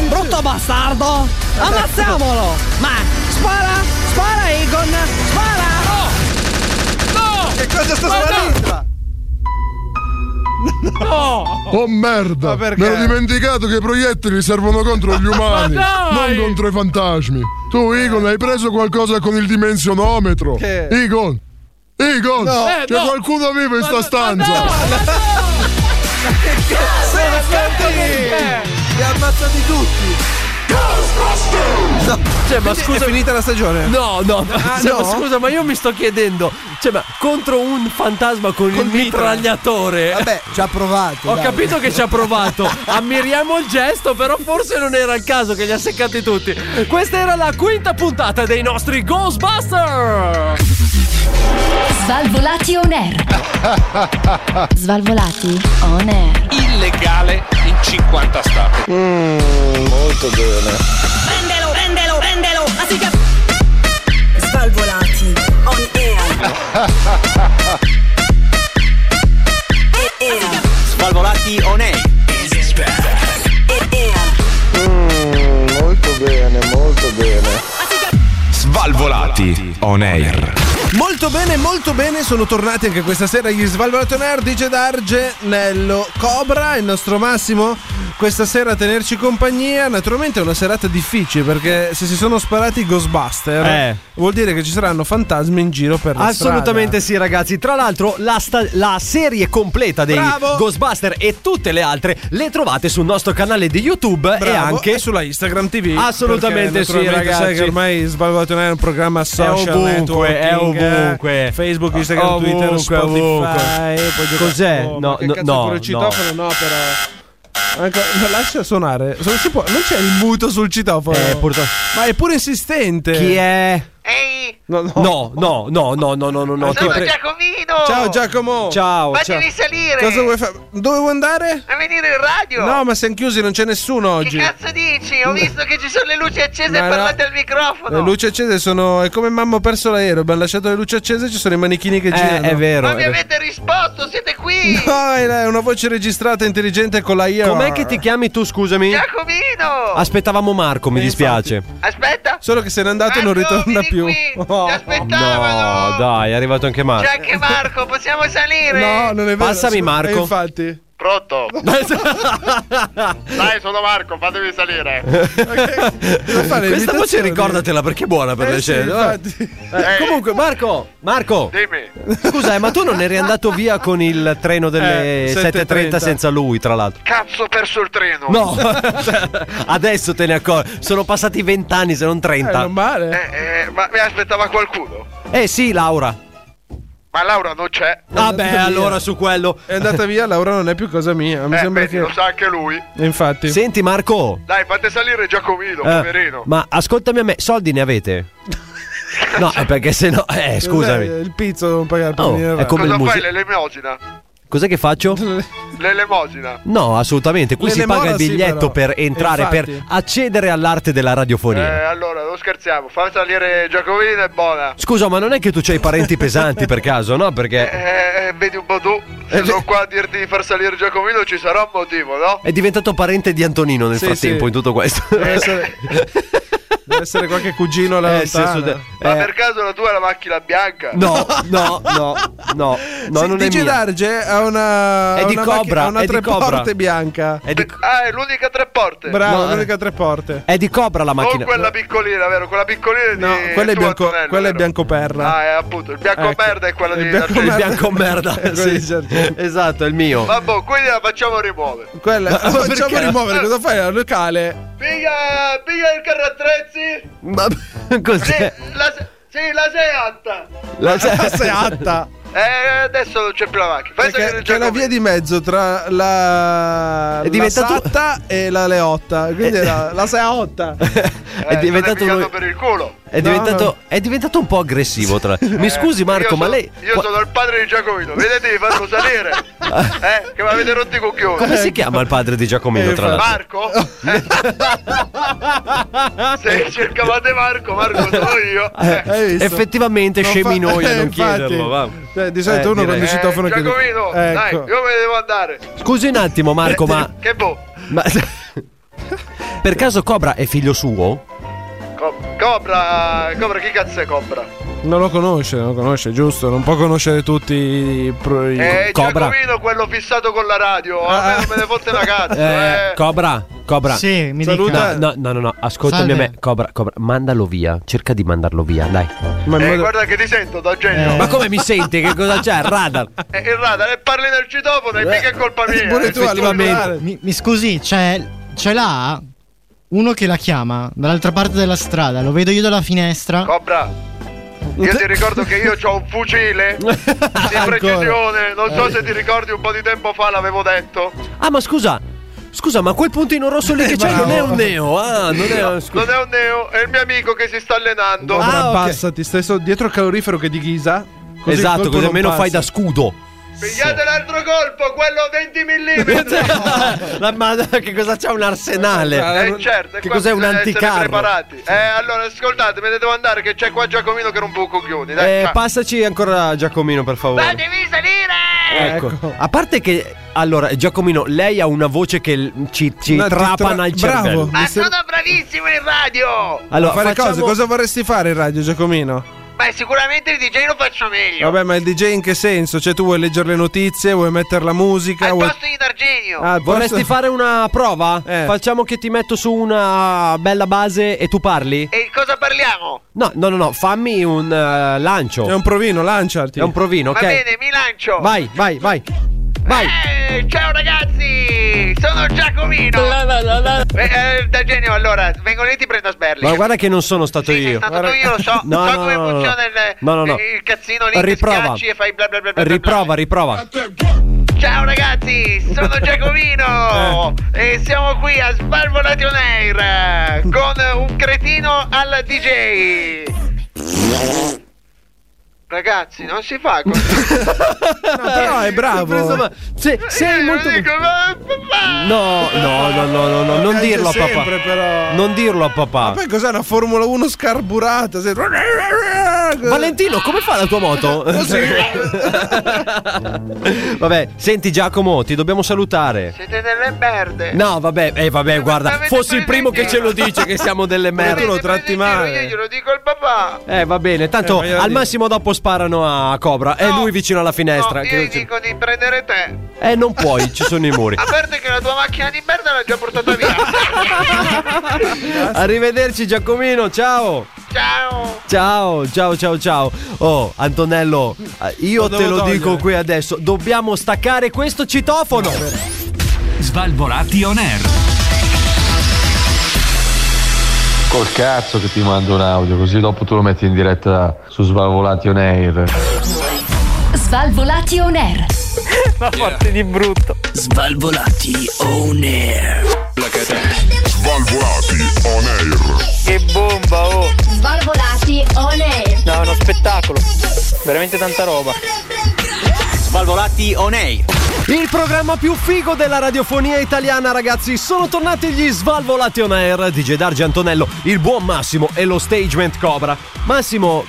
Speaker 17: Brutto bastardo! Ammazziamolo! Ma spara! Spara Egon! Spara!
Speaker 22: No!
Speaker 7: Che cosa sta
Speaker 22: sparando?
Speaker 7: No!
Speaker 20: Oh merda! Mi ero dimenticato che i proiettili servono contro
Speaker 22: (laughs)
Speaker 20: gli umani,
Speaker 22: Ma
Speaker 20: non
Speaker 22: dai!
Speaker 20: contro i fantasmi. Tu, Igon, hai preso qualcosa con il dimensionometro.
Speaker 22: Che?
Speaker 20: Igon! Igon!
Speaker 22: No.
Speaker 20: C'è
Speaker 22: Eh, no.
Speaker 20: qualcuno vivo in sta stanza!
Speaker 21: Li ha ammazzati tutti!
Speaker 3: No, cioè, ma
Speaker 21: Quindi
Speaker 3: scusa,
Speaker 21: è finita la stagione?
Speaker 3: No, no,
Speaker 21: Ah,
Speaker 3: cioè, ma
Speaker 21: no?
Speaker 3: scusa, ma io mi sto chiedendo, cioè, ma contro un fantasma con, il mitragliatore.
Speaker 21: Vabbè, ci ha provato.
Speaker 3: Ho
Speaker 21: dai.
Speaker 3: capito che ci ha provato. Ammiriamo il gesto, però forse non era il caso che li ha seccati tutti. Questa era la quinta puntata dei nostri Ghostbuster.
Speaker 4: Svalvolati on air. Svalvolati on air.
Speaker 2: Illegale in 50 stati. molto bene.
Speaker 25: Prendelo, prendelo, prendelo! Asica... Svalvolati on air.
Speaker 2: Svalvolati on air. molto bene, molto bene. Svalvolati on air.
Speaker 7: Molto bene, molto bene, sono tornati anche questa sera gli Svalvolato Nerd, DJ Darge, Nello, Cobra, il nostro Massimo. Questa sera a tenerci compagnia, naturalmente è una serata difficile perché se si sono sparati i Ghostbuster
Speaker 3: Eh.
Speaker 7: vuol dire che ci saranno fantasmi in giro per la strada.
Speaker 3: Assolutamente sì, ragazzi. Tra l'altro, la, sta- la serie completa dei
Speaker 7: Bravo.
Speaker 3: Ghostbuster e tutte le altre le trovate sul nostro canale di YouTube e
Speaker 7: Bravo,
Speaker 3: anche
Speaker 7: e sulla Instagram TV.
Speaker 3: Eh, Assolutamente
Speaker 7: perché
Speaker 3: sì,
Speaker 7: naturalmente
Speaker 3: ragazzi.
Speaker 7: Sai che ormai Svalvolato Nerd è un programma social
Speaker 3: ovunque,
Speaker 7: networking,
Speaker 3: è ovunque.
Speaker 7: eh, Facebook, Instagram,
Speaker 3: Ovunque,
Speaker 7: Twitter, Spotify.
Speaker 3: ovunque.
Speaker 7: poi giocare-
Speaker 3: Cos'è?
Speaker 7: Oh,
Speaker 3: No,
Speaker 7: ma che
Speaker 3: no,
Speaker 7: cazzo
Speaker 3: no,
Speaker 7: pure il citofono, no, però. Anche- ma lascia suonare. So- si può- non c'è il muto sul citofono.
Speaker 3: Eh, purtroppo.
Speaker 7: Ma è pure insistente.
Speaker 3: Chi è?
Speaker 7: No, no.
Speaker 3: No, no, no, no, no, no, no, no. ti pre-
Speaker 10: Giacomino!
Speaker 7: Ciao Giacomo.
Speaker 3: Ciao,
Speaker 10: Fatti ciao. risalire.
Speaker 7: Cosa vuoi fare? Dove vuoi andare?
Speaker 10: A venire in radio!
Speaker 7: No, ma siamo chiusi, non c'è nessuno oggi.
Speaker 10: Che cazzo dici? Ho visto che ci sono le luci accese e
Speaker 7: Ma no.
Speaker 10: parlate al microfono!
Speaker 7: Le luci accese sono. È come mamma ho perso l'aereo. Abbiamo lasciato le luci accese e ci sono i manichini che girano.
Speaker 3: Eh, è vero,
Speaker 10: Ma mi avete risposto, siete qui!
Speaker 7: No, è la- è una voce registrata intelligente con la IA.
Speaker 3: Com'è che ti chiami tu, scusami?
Speaker 10: Giacomino!
Speaker 3: Aspettavamo Marco, mi dispiace.
Speaker 10: Aspetta!
Speaker 7: Solo che se n'è andato e non ritorna più.
Speaker 10: Ecco,
Speaker 7: Oh.
Speaker 10: Ti aspettavano!
Speaker 3: No, dai, è arrivato anche Marco.
Speaker 10: C'è anche Marco, possiamo salire?
Speaker 3: No, non è vero. Eh, Passami, Marco. (laughs)
Speaker 7: E infatti.
Speaker 10: Pronto?
Speaker 1: Mm.
Speaker 10: Dai, sono Marco, fatemi salire.
Speaker 3: Questa voce ricordatela perché è buona per
Speaker 10: Eh
Speaker 3: le
Speaker 10: sì,
Speaker 3: scene.
Speaker 10: infatti.
Speaker 3: Eh, comunque, Marco, Marco,
Speaker 10: Dimmi.
Speaker 3: scusa, eh, ma tu non eri andato via con il treno delle
Speaker 10: Eh,
Speaker 3: 7.30
Speaker 10: 7.30
Speaker 3: senza lui, tra l'altro.
Speaker 10: Cazzo, ho perso il treno.
Speaker 3: No, (laughs) adesso te ne accorgi. Sono passati 20 anni, se non 30.
Speaker 7: male.
Speaker 10: Eh, eh, ma mi aspettava qualcuno.
Speaker 3: Eh sì, Laura.
Speaker 10: Ma Laura non c'è.
Speaker 3: Vabbè, allora su quello.
Speaker 7: È andata via, Laura non è più cosa mia. Mi
Speaker 10: Eh,
Speaker 7: sembra
Speaker 10: vedi,
Speaker 7: che.
Speaker 10: lo sa anche lui.
Speaker 7: Infatti.
Speaker 3: Senti, Marco.
Speaker 10: Dai, fate salire Giacomino,
Speaker 3: eh,
Speaker 10: poverino.
Speaker 3: ma ascoltami a me, soldi ne avete? No, eh, perché se no. Eh, scusami.
Speaker 7: Cos'è? Il pizzo devo pagare per
Speaker 3: Oh,
Speaker 10: eh,
Speaker 7: venire
Speaker 3: è
Speaker 7: avanti.
Speaker 3: come il
Speaker 10: Cosa fai?
Speaker 3: muse-
Speaker 10: L'elemosina?
Speaker 3: Cos'è che faccio?
Speaker 10: (laughs) L'elemosina.
Speaker 3: No, assolutamente. Qui
Speaker 10: Le
Speaker 3: si paga il
Speaker 10: lemora sì,
Speaker 3: biglietto
Speaker 10: però. Eh,
Speaker 3: per entrare,
Speaker 10: Infatti.
Speaker 3: per accedere all'arte della radiofonia.
Speaker 10: Eh, allora, non scherziamo. Fate salire Giacomino e boh, buona.
Speaker 3: Scusa, ma non è che tu c'hai parenti pesanti per caso, no? Perché
Speaker 10: Eh, eh, vedi un po' tu.
Speaker 7: Eh,
Speaker 10: Se sono qua a dirti di far salire Giacomino ci sarà un motivo, no?
Speaker 3: è diventato parente di Antonino nel
Speaker 10: Sì,
Speaker 3: frattempo
Speaker 10: sì. Eh,
Speaker 3: in tutto questo.
Speaker 7: Deve essere,
Speaker 3: (laughs)
Speaker 7: deve essere qualche cugino alla
Speaker 3: Eh, sì,
Speaker 7: lontana.
Speaker 3: su de-
Speaker 10: Ma
Speaker 3: eh,
Speaker 10: per caso la tua è la macchina bianca?
Speaker 3: No, no, no, no, no,
Speaker 7: Sì,
Speaker 3: non è
Speaker 7: Digi
Speaker 3: mia.
Speaker 7: Darge ha una.
Speaker 3: È
Speaker 7: ha
Speaker 3: di
Speaker 7: una
Speaker 3: Cobra,
Speaker 7: macchina- ha una
Speaker 3: è di
Speaker 7: tre
Speaker 3: Cobra.
Speaker 7: porte bianca.
Speaker 3: È di,
Speaker 10: Ah, è l'unica tre porte.
Speaker 7: Bravo,
Speaker 3: No, eh.
Speaker 7: l'unica tre porte.
Speaker 3: è di Cobra la
Speaker 10: Non
Speaker 3: macchina.
Speaker 10: Oh, quella piccolina, vero? Quella piccolina di
Speaker 7: No, quella è,
Speaker 10: tuo
Speaker 7: bianco,
Speaker 10: Antonello,
Speaker 7: quella è
Speaker 10: vero?
Speaker 7: biancoperla.
Speaker 10: Ah, è appunto, il bianco
Speaker 7: Ecco.
Speaker 10: merda è quella di
Speaker 7: Il bianco
Speaker 3: Il
Speaker 10: D'Argentina.
Speaker 3: bianco
Speaker 10: (laughs)
Speaker 3: merda. sì, Esatto, è il mio.
Speaker 10: Vabbè, quindi la facciamo rimuovere.
Speaker 7: Quella la
Speaker 3: (laughs) Ma
Speaker 7: facciamo
Speaker 3: perché?
Speaker 7: rimuovere, cosa fai al locale?
Speaker 10: Piglia, piglia il carro attrezzi.
Speaker 3: Ma (laughs) cos'è?
Speaker 10: Sì, la, se- sì, la Seatta.
Speaker 3: La
Speaker 7: (laughs) Seatta.
Speaker 10: Eh, adesso non c'è più la macchina. Fai
Speaker 7: Perché
Speaker 10: salire
Speaker 7: c'è la
Speaker 10: Giacomo.
Speaker 7: via di mezzo tra la,
Speaker 3: È diventato-
Speaker 7: la Satta e la Leotta. Quindi
Speaker 3: Eh.
Speaker 7: la, la Seotta.
Speaker 10: Eh,
Speaker 3: è diventato
Speaker 10: Stai
Speaker 3: uno-
Speaker 10: pigliando per il culo.
Speaker 3: È diventato, è diventato un po' aggressivo. Tra... Mi
Speaker 10: Eh,
Speaker 3: scusi, Marco,
Speaker 10: io
Speaker 3: ma
Speaker 10: so-
Speaker 3: lei.
Speaker 10: Io
Speaker 3: qua-
Speaker 10: sono il padre di Giacomino, vedete di
Speaker 3: (laughs)
Speaker 10: farlo salire. eh, che mi avete rotto i coglioni.
Speaker 3: Come si chiama il padre di Giacomino? Tra l'altro, (laughs)
Speaker 10: Marco? Eh. Se cercavate Marco, Marco sono io.
Speaker 3: Eh, effettivamente
Speaker 10: Non
Speaker 3: (laughs) scemi
Speaker 10: fa-
Speaker 3: noi a
Speaker 10: eh,
Speaker 3: non
Speaker 10: infatti.
Speaker 3: chiederlo. va.
Speaker 10: Eh,
Speaker 7: Cioè, di solito
Speaker 3: Eh,
Speaker 7: uno
Speaker 3: direi.
Speaker 7: quando ci citofono chiede-
Speaker 10: Giacomino, dai,
Speaker 7: Ecco.
Speaker 10: io me ne devo andare.
Speaker 3: Scusi un attimo, Marco, ma.
Speaker 10: Che boh.
Speaker 3: ma- (laughs) per caso Cobra è figlio suo?
Speaker 10: Co- Cobra, Cobra, chi cazzo è Cobra?
Speaker 7: Non lo conosce, non lo conosce, giusto? Non può conoscere tutti i. pro- i-
Speaker 10: Eh, Giacomino quello fissato con la radio, a me non me ne fotte una cazzo, eh.
Speaker 3: Eh, Cobra, Cobra.
Speaker 10: Sì, mi
Speaker 3: Saluta.
Speaker 10: dica.
Speaker 8: Cioè,
Speaker 3: No, no, no, no, ascoltami
Speaker 10: Salve.
Speaker 3: a me. Cobra, Cobra, mandalo via. Cerca di mandarlo via, dai.
Speaker 10: Eh, guarda che ti sento da
Speaker 8: Eh,
Speaker 10: genio.
Speaker 3: Ma come mi senti? Che cosa c'è? Radar.
Speaker 10: Eh, il radar e parli nel citofono, e mica è colpa mia. eh,
Speaker 8: Effettivamente. Mi, mi scusi, c'è, c'è là uno che la chiama dall'altra parte della strada. Lo vedo io dalla finestra.
Speaker 10: Cobra, io ti ricordo che io ho un fucile di precisione. Non so se ti ricordi un po' di tempo fa
Speaker 7: (laughs)
Speaker 10: l'avevo detto.
Speaker 3: Ah, ma scusa. Scusa, ma quel puntino rosso lì che c'è non è un neo. Ah, non è un.
Speaker 10: Non è un neo, è il mio amico che si sta allenando.
Speaker 7: Cobra,
Speaker 3: Ah,
Speaker 7: passati, stai so- dietro il calorifero che di Ghisa. così il
Speaker 3: esatto,
Speaker 7: colpo
Speaker 3: così
Speaker 7: non
Speaker 3: almeno
Speaker 7: passa.
Speaker 3: fai da scudo.
Speaker 10: Pigliate l'altro colpo, quello a 20
Speaker 3: (laughs)
Speaker 10: mm.
Speaker 3: La- ma che cosa c'è un arsenale?
Speaker 10: Eh certo, e
Speaker 3: che
Speaker 10: qua
Speaker 3: cos'è un
Speaker 10: bisogna essere
Speaker 3: anticarro?
Speaker 10: preparati. Eh allora ascoltate, me ne devo andare che c'è qua Giacomino che rompe un coglioni. Dai,
Speaker 3: Eh,
Speaker 10: ciao.
Speaker 3: passaci ancora Giacomino, per favore.
Speaker 10: Fatevi salire!
Speaker 3: Ecco. A parte che allora Giacomino, lei ha una voce che l- ci, ci
Speaker 7: No, ti
Speaker 3: trapana
Speaker 7: tra-
Speaker 3: il
Speaker 7: bravo.
Speaker 3: cervello. Eh,
Speaker 10: Ma sono bravissimo in radio!
Speaker 7: Allora, fare
Speaker 3: facciamo-
Speaker 7: cose, cosa vorresti fare in radio, Giacomino?
Speaker 10: Beh, sicuramente il DJ lo faccio meglio.
Speaker 7: Vabbè, ma il DJ in che senso? Cioè, tu vuoi leggere le notizie, vuoi mettere la musica, vuoi.
Speaker 10: Di D'Argenio.
Speaker 7: Ah,
Speaker 3: Vorresti
Speaker 7: posso-
Speaker 3: fare una prova? Facciamo che ti metto su una bella base e tu parli?
Speaker 10: E cosa parliamo?
Speaker 3: No, no, no, no, fammi un eh, lancio. È un
Speaker 7: provino, lanciarti.
Speaker 3: È un provino, ok.
Speaker 10: Va bene, Eh, mi lancio.
Speaker 3: Vai, vai, vai. Vai.
Speaker 10: Eh, ciao ragazzi, sono Giacomino. Eh, eh, D'Argenio, allora, vengo lì e ti prendo a sberli.
Speaker 3: Ma guarda che non sono stato io.
Speaker 10: stato tu, io lo so.
Speaker 3: (laughs) No,
Speaker 10: So
Speaker 3: no,
Speaker 10: come
Speaker 3: no, no, no.
Speaker 10: funziona il-
Speaker 3: No, no, no.
Speaker 10: il cazzino lì, ti
Speaker 3: Riprova.
Speaker 10: schiacci e fai bla bla bla bla bla.
Speaker 3: Riprova, riprova.
Speaker 10: Ciao ragazzi,
Speaker 3: (laughs)
Speaker 10: sono Giacomino
Speaker 3: Eh.
Speaker 10: e siamo qui a Svalvolati on Air con un cretino al DJ. Ragazzi, non si fa
Speaker 3: (laughs)
Speaker 10: così.
Speaker 3: però è bravo. Se, sei molto
Speaker 10: Eh,
Speaker 3: No, no, no, no, no, no, non
Speaker 7: Piace
Speaker 3: dirlo a
Speaker 7: sempre,
Speaker 3: papà. Non dirlo a
Speaker 7: Ma
Speaker 3: papà.
Speaker 7: poi cos'è una Formula 1 scarburata? Se-
Speaker 3: Valentino, come fa la tua
Speaker 7: (laughs)
Speaker 3: moto?
Speaker 7: Oh,
Speaker 3: (laughs) vabbè, senti Giacomo, ti dobbiamo salutare.
Speaker 10: Siete delle merde.
Speaker 3: No, vabbè, eh, vabbè, guarda,
Speaker 10: avete
Speaker 3: fossi il primo che ce lo dice che siamo delle merde.
Speaker 10: Avete preso in giro, Io glielo dico al papà.
Speaker 3: Eh, va bene, tanto
Speaker 10: Eh, voglio
Speaker 3: al
Speaker 10: dire-
Speaker 3: massimo dopo sparano a Cobra. E lui vicino alla finestra.
Speaker 10: No,
Speaker 3: che
Speaker 10: io gli
Speaker 3: non ci-
Speaker 10: dico di prendere te.
Speaker 3: Eh, non puoi, ci sono i
Speaker 10: (laughs)
Speaker 3: muri.
Speaker 10: A parte che la tua macchina di merda l'ha già portata via.
Speaker 3: (laughs) Arrivederci Giacomino, ciao.
Speaker 10: Ciao.
Speaker 3: Ciao, ciao, ciao, ciao. Oh, Antonello, eh, io
Speaker 2: Lo
Speaker 3: te
Speaker 2: devo
Speaker 3: lo dico
Speaker 2: togliere.
Speaker 3: qui adesso. Dobbiamo staccare questo citofono.
Speaker 18: Svalvolati on air.
Speaker 26: Col cazzo che ti mando un audio, così dopo tu lo metti in diretta su Svalvolati on Air.
Speaker 4: Svalvolati on air.
Speaker 26: La parte di brutto. Svalvolati on air.
Speaker 11: Svalvolati on air.
Speaker 1: Che bomba, oh!
Speaker 4: Svalvolati on air.
Speaker 1: No, è uno spettacolo. Veramente tanta roba.
Speaker 2: Svalvolati on air.
Speaker 3: Il programma più figo della radiofonia italiana, ragazzi. Sono tornati gli Svalvolati on Air di Gedargi Antonello, il buon Massimo e lo Stagement Cobra. Massimo,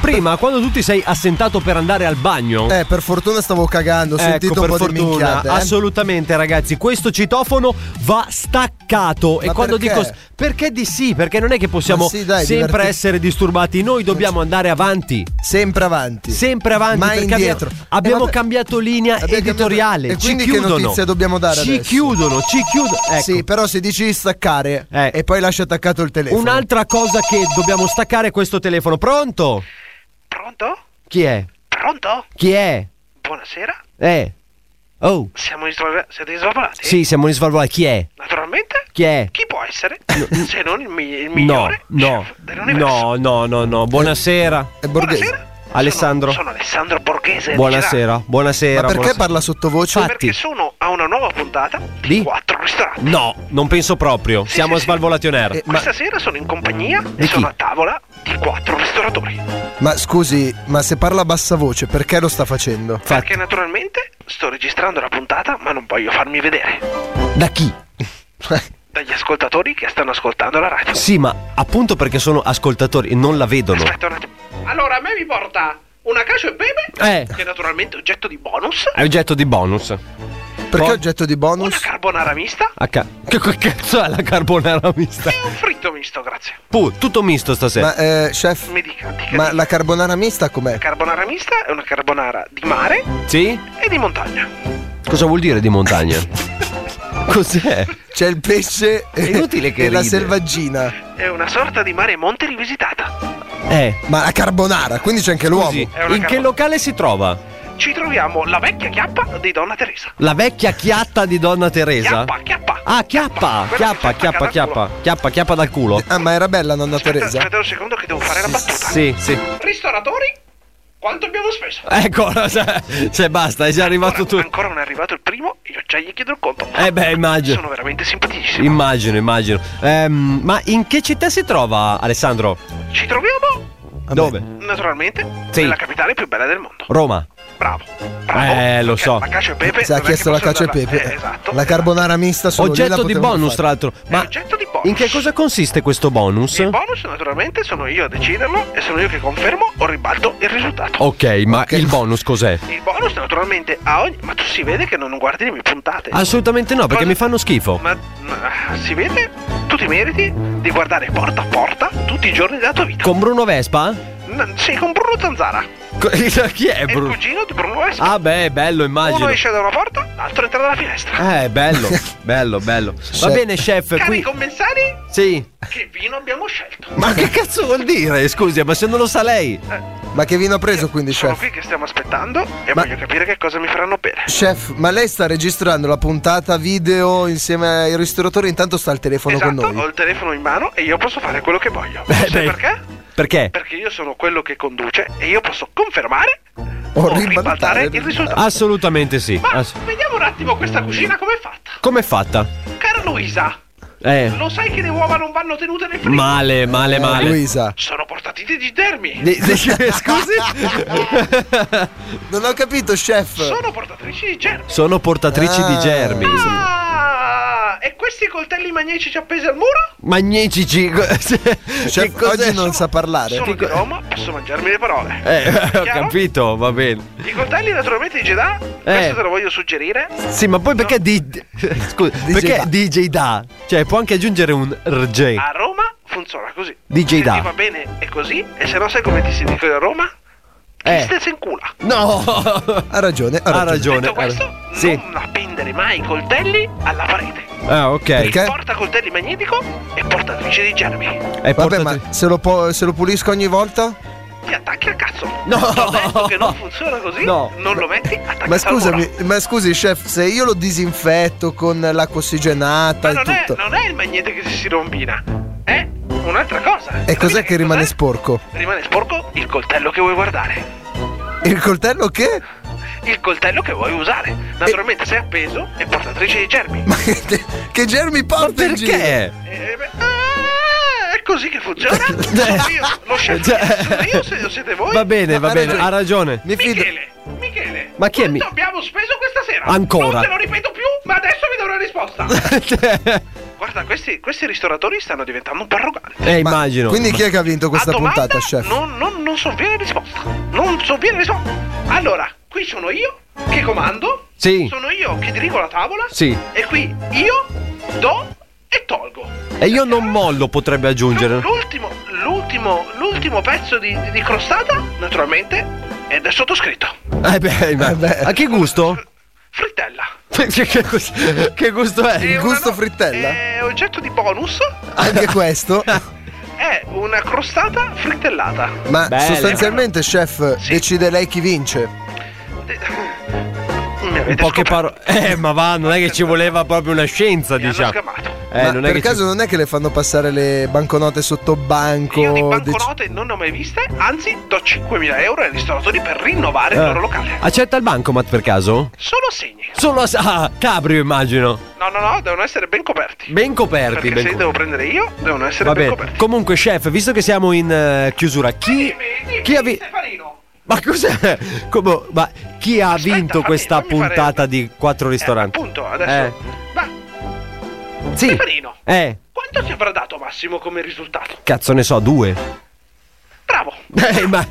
Speaker 3: prima, quando tu ti sei assentato per andare al bagno.
Speaker 21: Eh, per fortuna stavo cagando, ho
Speaker 3: Ecco,
Speaker 21: sentito un po'
Speaker 3: per
Speaker 21: di
Speaker 3: fortuna,
Speaker 21: minchiate. eh.
Speaker 3: Assolutamente, ragazzi. Questo citofono va staccato. e
Speaker 21: Ma
Speaker 3: quando
Speaker 21: perché?
Speaker 3: dico. Perché di sì? Perché non è che possiamo
Speaker 21: Ma sì, dai,
Speaker 3: sempre
Speaker 21: diverti-
Speaker 3: essere disturbati. Noi dobbiamo andare avanti.
Speaker 21: Sempre avanti.
Speaker 3: Sempre avanti.
Speaker 21: Mai
Speaker 3: perché
Speaker 21: indietro.
Speaker 3: Abbiamo,
Speaker 21: Eh,
Speaker 3: abbiamo
Speaker 21: vabbè.
Speaker 3: cambiato linea
Speaker 21: Abbiamo cambiato-
Speaker 3: editoriale.
Speaker 21: E quindi
Speaker 3: ci
Speaker 21: che
Speaker 3: chiudono.
Speaker 21: notizie dobbiamo dare
Speaker 3: Ci
Speaker 21: adesso?
Speaker 3: chiudono, ci chiudono. Ecco. Eh.
Speaker 21: Sì, però se dici staccare e poi lasci attaccato il telefono.
Speaker 3: Un'altra cosa che dobbiamo staccare è questo telefono. Pronto?
Speaker 1: Pronto?
Speaker 3: Chi è?
Speaker 1: Pronto?
Speaker 3: Chi è?
Speaker 1: Buonasera.
Speaker 3: Eh. Oh.
Speaker 1: Siamo in Svalva- siete in Svalvolati?
Speaker 3: Sì, siamo in svalvolati. Chi è?
Speaker 1: Naturalmente?
Speaker 3: Chi è?
Speaker 1: Chi può essere? Se non il, mi- il migliore?
Speaker 3: no, no, no, no, no, no. Buonasera. È
Speaker 21: Borghese.
Speaker 3: Alessandro.
Speaker 1: Sono Alessandro Borghese.
Speaker 3: buonasera, buonasera.
Speaker 21: Ma perché
Speaker 3: buonasera.
Speaker 21: parla sottovoce?
Speaker 1: Perché sono a una nuova puntata di, 4
Speaker 7: acquistato.
Speaker 3: No, non penso proprio. Siamo a Svalvolati on
Speaker 6: Eh,
Speaker 3: Air. Ma-
Speaker 7: Questa sera sono in compagnia e sono a tavola di quattro ristoratori.
Speaker 6: Ma scusi, ma se parla a bassa voce, perché lo sta facendo?
Speaker 7: Perché naturalmente sto registrando la puntata, ma non voglio farmi vedere.
Speaker 3: Da chi?
Speaker 7: (laughs) Dagli ascoltatori che stanno ascoltando la radio.
Speaker 3: Sì, ma appunto perché sono ascoltatori e non la vedono.
Speaker 7: Allora, a me mi porta una cacio e pepe,
Speaker 3: Eh.
Speaker 7: che è naturalmente oggetto di bonus.
Speaker 3: È oggetto di bonus.
Speaker 6: Perché oggetto di bonus?
Speaker 7: Una carbonara mista
Speaker 3: A ca- che che cazzo è la carbonara mista?
Speaker 7: e un fritto misto, grazie.
Speaker 3: Puh, tutto misto stasera.
Speaker 6: Ma eh, chef,
Speaker 7: Mi dica, dica.
Speaker 6: ma la carbonara mista com'è?
Speaker 7: Carbonara mista è una carbonara di mare
Speaker 3: Sì?
Speaker 7: e di montagna.
Speaker 3: Cosa vuol dire di montagna? Cos'è?
Speaker 6: C'è il pesce
Speaker 7: È inutile che
Speaker 6: e la
Speaker 7: ride.
Speaker 6: selvaggina.
Speaker 7: È una sorta di mare e monte rivisitata.
Speaker 3: Eh.
Speaker 6: Ma la carbonara, quindi c'è anche l'uomo.
Speaker 7: è una
Speaker 3: in che
Speaker 7: carbonara.
Speaker 3: locale si trova?
Speaker 7: Ci troviamo la vecchia chiappa di Donna Teresa.
Speaker 3: La vecchia chiatta di Donna
Speaker 6: Esatto.
Speaker 3: Teresa?
Speaker 7: Chiappa, chiappa.
Speaker 3: Ah, chiappa, chiappa, chiappa, chiappa, chiappa, chiappa dal culo.
Speaker 6: Ah, ma era bella nonna Teresa?
Speaker 7: Aspetta un secondo che devo fare la battuta.
Speaker 3: Sì, sì.
Speaker 7: Ristoratori, quanto abbiamo speso?
Speaker 3: Ecco, (laughs) se, se basta, è già arrivato tu.
Speaker 7: Ancora non è arrivato il primo e io già gli chiedo il conto.
Speaker 3: Eh beh, immagino.
Speaker 7: Sono veramente simpaticissimi.
Speaker 3: Immagino, immagino. Ehm, ma in che città si trova Alessandro?
Speaker 7: Ci troviamo,
Speaker 3: Dove?
Speaker 7: naturalmente,
Speaker 3: Sì.
Speaker 7: nella capitale più bella del mondo.
Speaker 3: Roma.
Speaker 7: Bravo.
Speaker 3: Eh, lo so.
Speaker 7: La cacio e pepe.
Speaker 6: Se ha
Speaker 7: non è
Speaker 6: chiesto
Speaker 7: che
Speaker 6: la
Speaker 7: posso
Speaker 6: cacio e
Speaker 7: andarla-
Speaker 6: pepe.
Speaker 7: Eh, esatto.
Speaker 6: La carbonara mista solo lì la
Speaker 3: Oggetto di
Speaker 6: potevano
Speaker 3: bonus,
Speaker 6: fare.
Speaker 3: tra l'altro. Ma in che cosa consiste questo bonus?
Speaker 7: Il bonus naturalmente sono io a deciderlo e sono io che confermo o ribalto il risultato.
Speaker 3: Ok, ma il bonus cos'è?
Speaker 7: Il bonus naturalmente a ogni... Ma tu si vede che non guardi le mie puntate.
Speaker 3: Ah. Assolutamente no, perché mi fanno schifo.
Speaker 7: Ma, ma si vede? Tu ti meriti di guardare porta a porta tutti i giorni della tua vita.
Speaker 3: Con Bruno Vespa?
Speaker 7: N- sei con Bruno Zanzara.
Speaker 3: Co- (laughs) Chi è
Speaker 7: È il
Speaker 3: Bruno?
Speaker 7: cugino di Bruno Vespa.
Speaker 3: Ah, beh, bello, immagino.
Speaker 7: Uno esce da una porta, l'altro entra dalla finestra.
Speaker 3: Eh, bello, bello, bello. Va
Speaker 7: Chef.
Speaker 3: bene, chef,
Speaker 7: Cari
Speaker 3: qui.
Speaker 7: commensali,
Speaker 3: Sì.
Speaker 7: che vino abbiamo scelto?
Speaker 3: Ma che cazzo vuol dire? Scusi, ma se non lo sa lei.
Speaker 6: Ma che vino ha preso quindi,
Speaker 7: Sono
Speaker 6: chef?
Speaker 7: qui che stiamo aspettando e
Speaker 6: Ma-
Speaker 7: voglio capire che cosa mi faranno bere.
Speaker 6: Chef, ma lei sta registrando la puntata video insieme ai ristoratori, intanto sta al telefono con
Speaker 7: Esatto, Ho
Speaker 6: noi.
Speaker 7: il telefono in mano e io posso fare quello che voglio. Sai perché?
Speaker 3: Perché?
Speaker 7: Perché io sono quello che conduce e io posso confermare o, ribaltare il risultato.
Speaker 3: Assolutamente sì. Ass-
Speaker 6: Ah.
Speaker 7: Vediamo un attimo questa cucina com'è fatta.
Speaker 3: Com'è fatta?
Speaker 7: Cara Luisa,
Speaker 3: Eh.
Speaker 7: lo sai che le uova non vanno tenute nel frigo?
Speaker 3: Male, male, male.
Speaker 7: Sono portati dei germi.
Speaker 3: Dei- dei- (laughs) scusi?
Speaker 6: Non ho capito, chef.
Speaker 7: Sono portatrici di germi.
Speaker 3: Sono portatrici di
Speaker 6: Ah.
Speaker 3: germi.
Speaker 7: Ah, e questi coltelli magnetici appesi al muro?
Speaker 3: Magnetici. (laughs) che
Speaker 6: Chef, oggi non sa parlare.
Speaker 7: Sono di Roma, posso mangiarmi le parole.
Speaker 3: Eh, ho
Speaker 7: Chiaro?
Speaker 3: capito, va bene.
Speaker 7: I coltelli naturalmente di Jeddah,
Speaker 3: Eh.
Speaker 7: questo te lo voglio suggerire.
Speaker 3: Sì, ma poi perché di-
Speaker 6: (laughs)
Speaker 3: scusa, perché
Speaker 7: Da.
Speaker 3: DJ Da? Cioè, può anche aggiungere un RJ.
Speaker 7: A Roma funziona così.
Speaker 3: DJ
Speaker 7: se
Speaker 3: Da.
Speaker 7: ti va bene è così, e se no sai come ti si dice a Roma?
Speaker 3: Eh.
Speaker 7: Chi stessa in culo.
Speaker 3: (laughs) No!
Speaker 6: Ha ragione, ha
Speaker 3: Ha
Speaker 6: ragione.
Speaker 3: ragione.
Speaker 7: Detto questo,
Speaker 3: Sì.
Speaker 7: non appendere mai i coltelli alla parete.
Speaker 3: Ah, ok.
Speaker 7: Porta coltelli magnetico e portatrice di germi.
Speaker 3: È
Speaker 6: Vabbè, ma se lo, po- se lo pulisco ogni volta?
Speaker 7: Ti attacchi al cazzo. No! Ho detto che non funziona così.
Speaker 6: No.
Speaker 7: Non lo metti, attacchi
Speaker 6: Ma scusami, ma scusi, chef, se io lo disinfetto con l'acqua ossigenata e
Speaker 7: non è,
Speaker 6: tutto,
Speaker 7: non è il magnete che si si rombina. È un'altra cosa. Eh?
Speaker 6: e cos'è che rimane sporco?
Speaker 7: Rimane sporco il coltello che vuoi guardare.
Speaker 6: Il coltello che?
Speaker 7: Il coltello che vuoi usare. Naturalmente sei appeso e portatrice di germi.
Speaker 6: Che germi porta in giro?
Speaker 3: perché?
Speaker 7: Eh, Ah, è così
Speaker 3: (laughs)
Speaker 7: che funziona. Sono io, lo chef. Sono io se o siete voi.
Speaker 3: Cioè, Va bene, va
Speaker 7: Ha
Speaker 3: bene,
Speaker 7: ragione.
Speaker 3: ha ragione.
Speaker 7: Michele, Michele.
Speaker 3: Ma chi è mi-
Speaker 7: Quanto abbiamo speso questa sera?
Speaker 3: Ancora.
Speaker 7: Non te lo ripeto più, ma adesso mi darò una risposta.
Speaker 3: (laughs)
Speaker 7: Guarda, questi, questi ristoratori stanno diventando un po' arroganti.
Speaker 3: Eh, immagino.
Speaker 6: Quindi chi è che ha vinto questa
Speaker 7: A domanda
Speaker 6: puntata, chef?
Speaker 7: Non, non, non sovviene risposta. Non sovviene risposta. Allora, qui sono io che comando.
Speaker 3: Sì.
Speaker 7: Sono io che dirigo la tavola.
Speaker 3: Sì.
Speaker 7: E qui io do e tolgo.
Speaker 3: E io non mollo, potrebbe aggiungere.
Speaker 7: L'ultimo, l'ultimo, l'ultimo pezzo di, di crostata, naturalmente, è del sottoscritto.
Speaker 3: Eh beh, ma- a che gusto?
Speaker 7: Frittella.
Speaker 3: che, gusto che gusto è?
Speaker 7: È una
Speaker 6: Gusto frittella?
Speaker 7: È oggetto di bonus.
Speaker 6: Anche
Speaker 3: (laughs)
Speaker 6: questo?
Speaker 7: È una crostata frittellata.
Speaker 6: Ma sostanzialmente, chef, decide lei chi vince.
Speaker 7: Mi
Speaker 3: In poche parole. Eh, ma va, non è che ci voleva proprio una scienza,
Speaker 7: Mi hanno
Speaker 3: diciamo.
Speaker 7: sgamato.
Speaker 3: Eh,
Speaker 21: Ma
Speaker 3: non è
Speaker 21: per
Speaker 3: che ci-
Speaker 21: caso non è che le fanno passare le banconote sotto banco?
Speaker 1: Io di
Speaker 21: dec-
Speaker 1: banconote non ne ho mai viste, anzi do 5.000 euro ai ristoratori per rinnovare il
Speaker 3: Eh.
Speaker 1: loro locale.
Speaker 3: Accetta il bancomat per caso?
Speaker 1: Solo segni.
Speaker 3: Solo a ah, Cabrio immagino.
Speaker 1: No, no, no, devono essere ben coperti.
Speaker 3: Ben coperti.
Speaker 1: Perché
Speaker 3: ben
Speaker 1: se li
Speaker 3: co-
Speaker 1: devo prendere io, devono essere
Speaker 3: Va
Speaker 1: ben
Speaker 3: bene.
Speaker 1: coperti.
Speaker 3: Comunque, chef, visto che siamo in eh, chiusura, chi, chi ha vinto?
Speaker 1: Eh,
Speaker 3: Ma cos'è? Come- ma chi ha vinto questa puntata di quattro ristoranti? Eh,
Speaker 1: Appunto, adesso. Ma.
Speaker 3: Sì.
Speaker 1: Stefanino,
Speaker 3: Eh, eh,
Speaker 1: quanto ti avrà dato Massimo come risultato?
Speaker 3: cazzo ne so, due.
Speaker 1: Bravo.
Speaker 3: Eh, ma.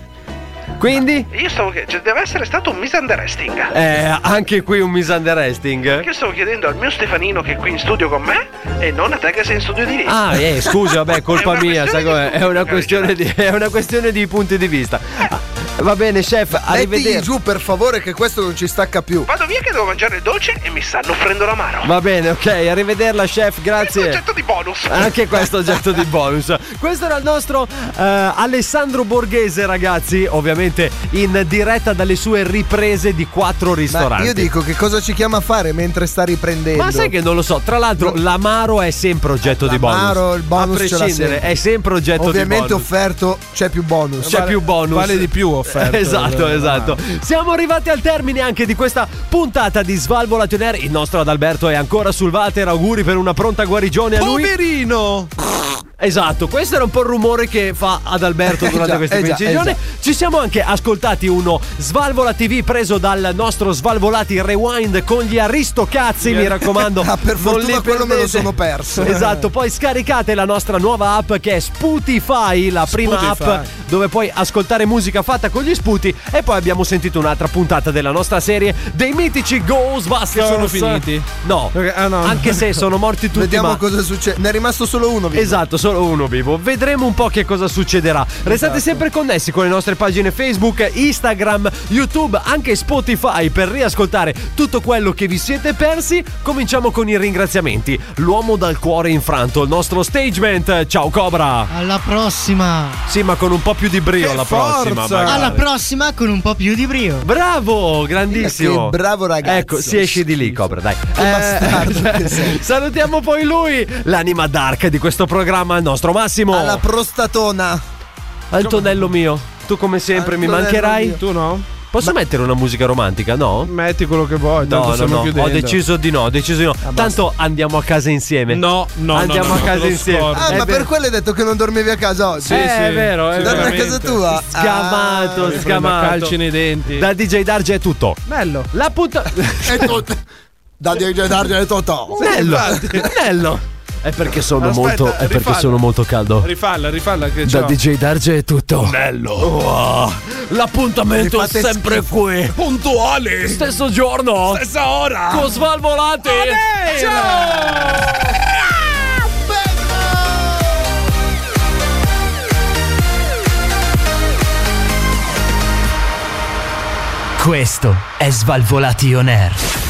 Speaker 3: Quindi?
Speaker 1: Io stavo chiedendo, cioè, deve essere stato un misunderstanding.
Speaker 3: Eh, anche qui un misunderstanding.
Speaker 1: Io stavo chiedendo al mio Stefanino che è qui in studio con me e non a te che sei in studio di lì.
Speaker 3: Ah, eh, scusa, vabbè, colpa mia, sai com'è? È una,
Speaker 1: comunque,
Speaker 3: questione di, è una questione di punti di vista. Ah, Va bene, chef,
Speaker 21: Metti
Speaker 3: arrivederci.
Speaker 21: giù per favore che questo non ci stacca più.
Speaker 1: Vado via che devo mangiare il dolce e mi stanno offrendo l'amaro.
Speaker 3: Va bene, ok, arrivederla, chef, grazie.
Speaker 1: Oggetto di bonus.
Speaker 3: Anche questo oggetto di bonus. Questo era il nostro eh, Alessandro Borghese, ragazzi. Ovviamente in diretta dalle sue riprese di quattro ristoranti.
Speaker 21: Io dico che cosa ci chiama a fare mentre sta riprendendo.
Speaker 3: Ma sai che non lo so, tra l'altro l'amaro è sempre oggetto di bonus.
Speaker 21: L'amaro, il bonus
Speaker 3: A
Speaker 21: ce l'ha
Speaker 3: prescindere,
Speaker 21: sempre.
Speaker 3: è sempre oggetto
Speaker 21: Ovviamente
Speaker 3: di bonus.
Speaker 21: offerto c'è più bonus.
Speaker 3: C'è più bonus.
Speaker 7: vale di più offerto.
Speaker 3: (laughs)
Speaker 21: eh.
Speaker 3: Esatto, esatto. Siamo arrivati al termine anche di questa puntata di Svalvola On Air. Il nostro Adalberto è ancora sul Vater. Auguri per una pronta guarigione a lui.
Speaker 7: Poverino!
Speaker 3: Esatto, questo era un po' il rumore che fa Adalberto
Speaker 21: Eh
Speaker 3: durante
Speaker 21: già,
Speaker 3: questa
Speaker 21: eh già,
Speaker 3: incisione.
Speaker 21: eh
Speaker 3: Ci siamo anche ascoltati uno Svalvola TV preso dal nostro Svalvolati Rewind con gli Aristocazzi. Mi
Speaker 21: (laughs)
Speaker 3: raccomando,
Speaker 21: Ah, per
Speaker 3: non
Speaker 21: fortuna
Speaker 3: li
Speaker 21: quello me lo
Speaker 3: perdete.
Speaker 21: sono perso.
Speaker 3: (laughs) Esatto, poi scaricate la nostra nuova app che è Spotify, la prima
Speaker 21: Spotify.
Speaker 3: app dove puoi ascoltare musica fatta con gli sputi. E poi abbiamo sentito un'altra puntata della nostra serie dei mitici Ghostbusters.
Speaker 7: Che sono finiti?
Speaker 3: No, anche se sono morti tutti.
Speaker 21: Ah, Vediamo
Speaker 3: ma-
Speaker 21: cosa succede. Ne è rimasto solo uno. Vivo.
Speaker 3: Esatto, solo uno vivo. Vedremo un po' che cosa succederà. Restate sempre connessi con le nostre pagine Facebook, Instagram, YouTube, anche Spotify per riascoltare tutto quello che vi siete persi. Cominciamo con i ringraziamenti. L'uomo dal cuore infranto, il nostro stagement. Ciao Cobra.
Speaker 8: Alla prossima.
Speaker 3: Sì, ma con un po' più di brio la prossima. magari.
Speaker 8: Alla prossima con un po' più di brio.
Speaker 3: Bravo, grandissimo.
Speaker 21: Che bravo ragazzo.
Speaker 3: Ecco, si esce di lì, Cobra, dai. Eh, (laughs) salutiamo poi lui, l'anima dark di questo programma, il nostro Massimo.
Speaker 21: Alla prostatona.
Speaker 3: Antonello mio, tu come sempre mi
Speaker 21: Antonello
Speaker 3: mancherai.
Speaker 21: mio.
Speaker 7: Tu no?
Speaker 3: Posso mettere una musica romantica? No?
Speaker 7: Metti quello che vuoi, tanto
Speaker 3: No, no,
Speaker 7: stiamo
Speaker 3: no, ho
Speaker 7: chiudendo.
Speaker 3: deciso di no, ho deciso di no.
Speaker 21: Ah,
Speaker 3: Tanto andiamo a casa insieme.
Speaker 7: No, no,
Speaker 3: Andiamo
Speaker 7: no, no,
Speaker 3: a casa
Speaker 7: te lo
Speaker 3: insieme.
Speaker 7: scordo.
Speaker 21: Ah,
Speaker 3: Eh,
Speaker 21: ma
Speaker 3: beh,
Speaker 21: per quello hai detto che non dormivi a casa oggi.
Speaker 7: Sì, Eh, sì.
Speaker 3: è vero, è
Speaker 21: Torna a
Speaker 3: vero.
Speaker 21: casa tua.
Speaker 3: Scamato,
Speaker 7: Mi prendo
Speaker 3: scamato.
Speaker 7: calci nei denti.
Speaker 3: Da DJ Darge è tutto.
Speaker 7: Bello.
Speaker 3: La (laughs) puntata.
Speaker 21: E tutto. Da DJ Dargene Totò.
Speaker 3: Bello, bello. È perché sono
Speaker 7: Aspetta,
Speaker 3: molto. È perché
Speaker 7: rifalla.
Speaker 3: sono molto caldo.
Speaker 7: Rifalla, rifalla che
Speaker 3: Da
Speaker 7: c'ho.
Speaker 3: DJ Darge è tutto. Bello. l'appuntamento è
Speaker 7: Rifate
Speaker 3: sempre qui.
Speaker 7: Puntuali.
Speaker 3: Stesso giorno.
Speaker 7: Stessa ora.
Speaker 3: Con Svalvolati. Ciao.
Speaker 18: Questo è Svalvolati On Air.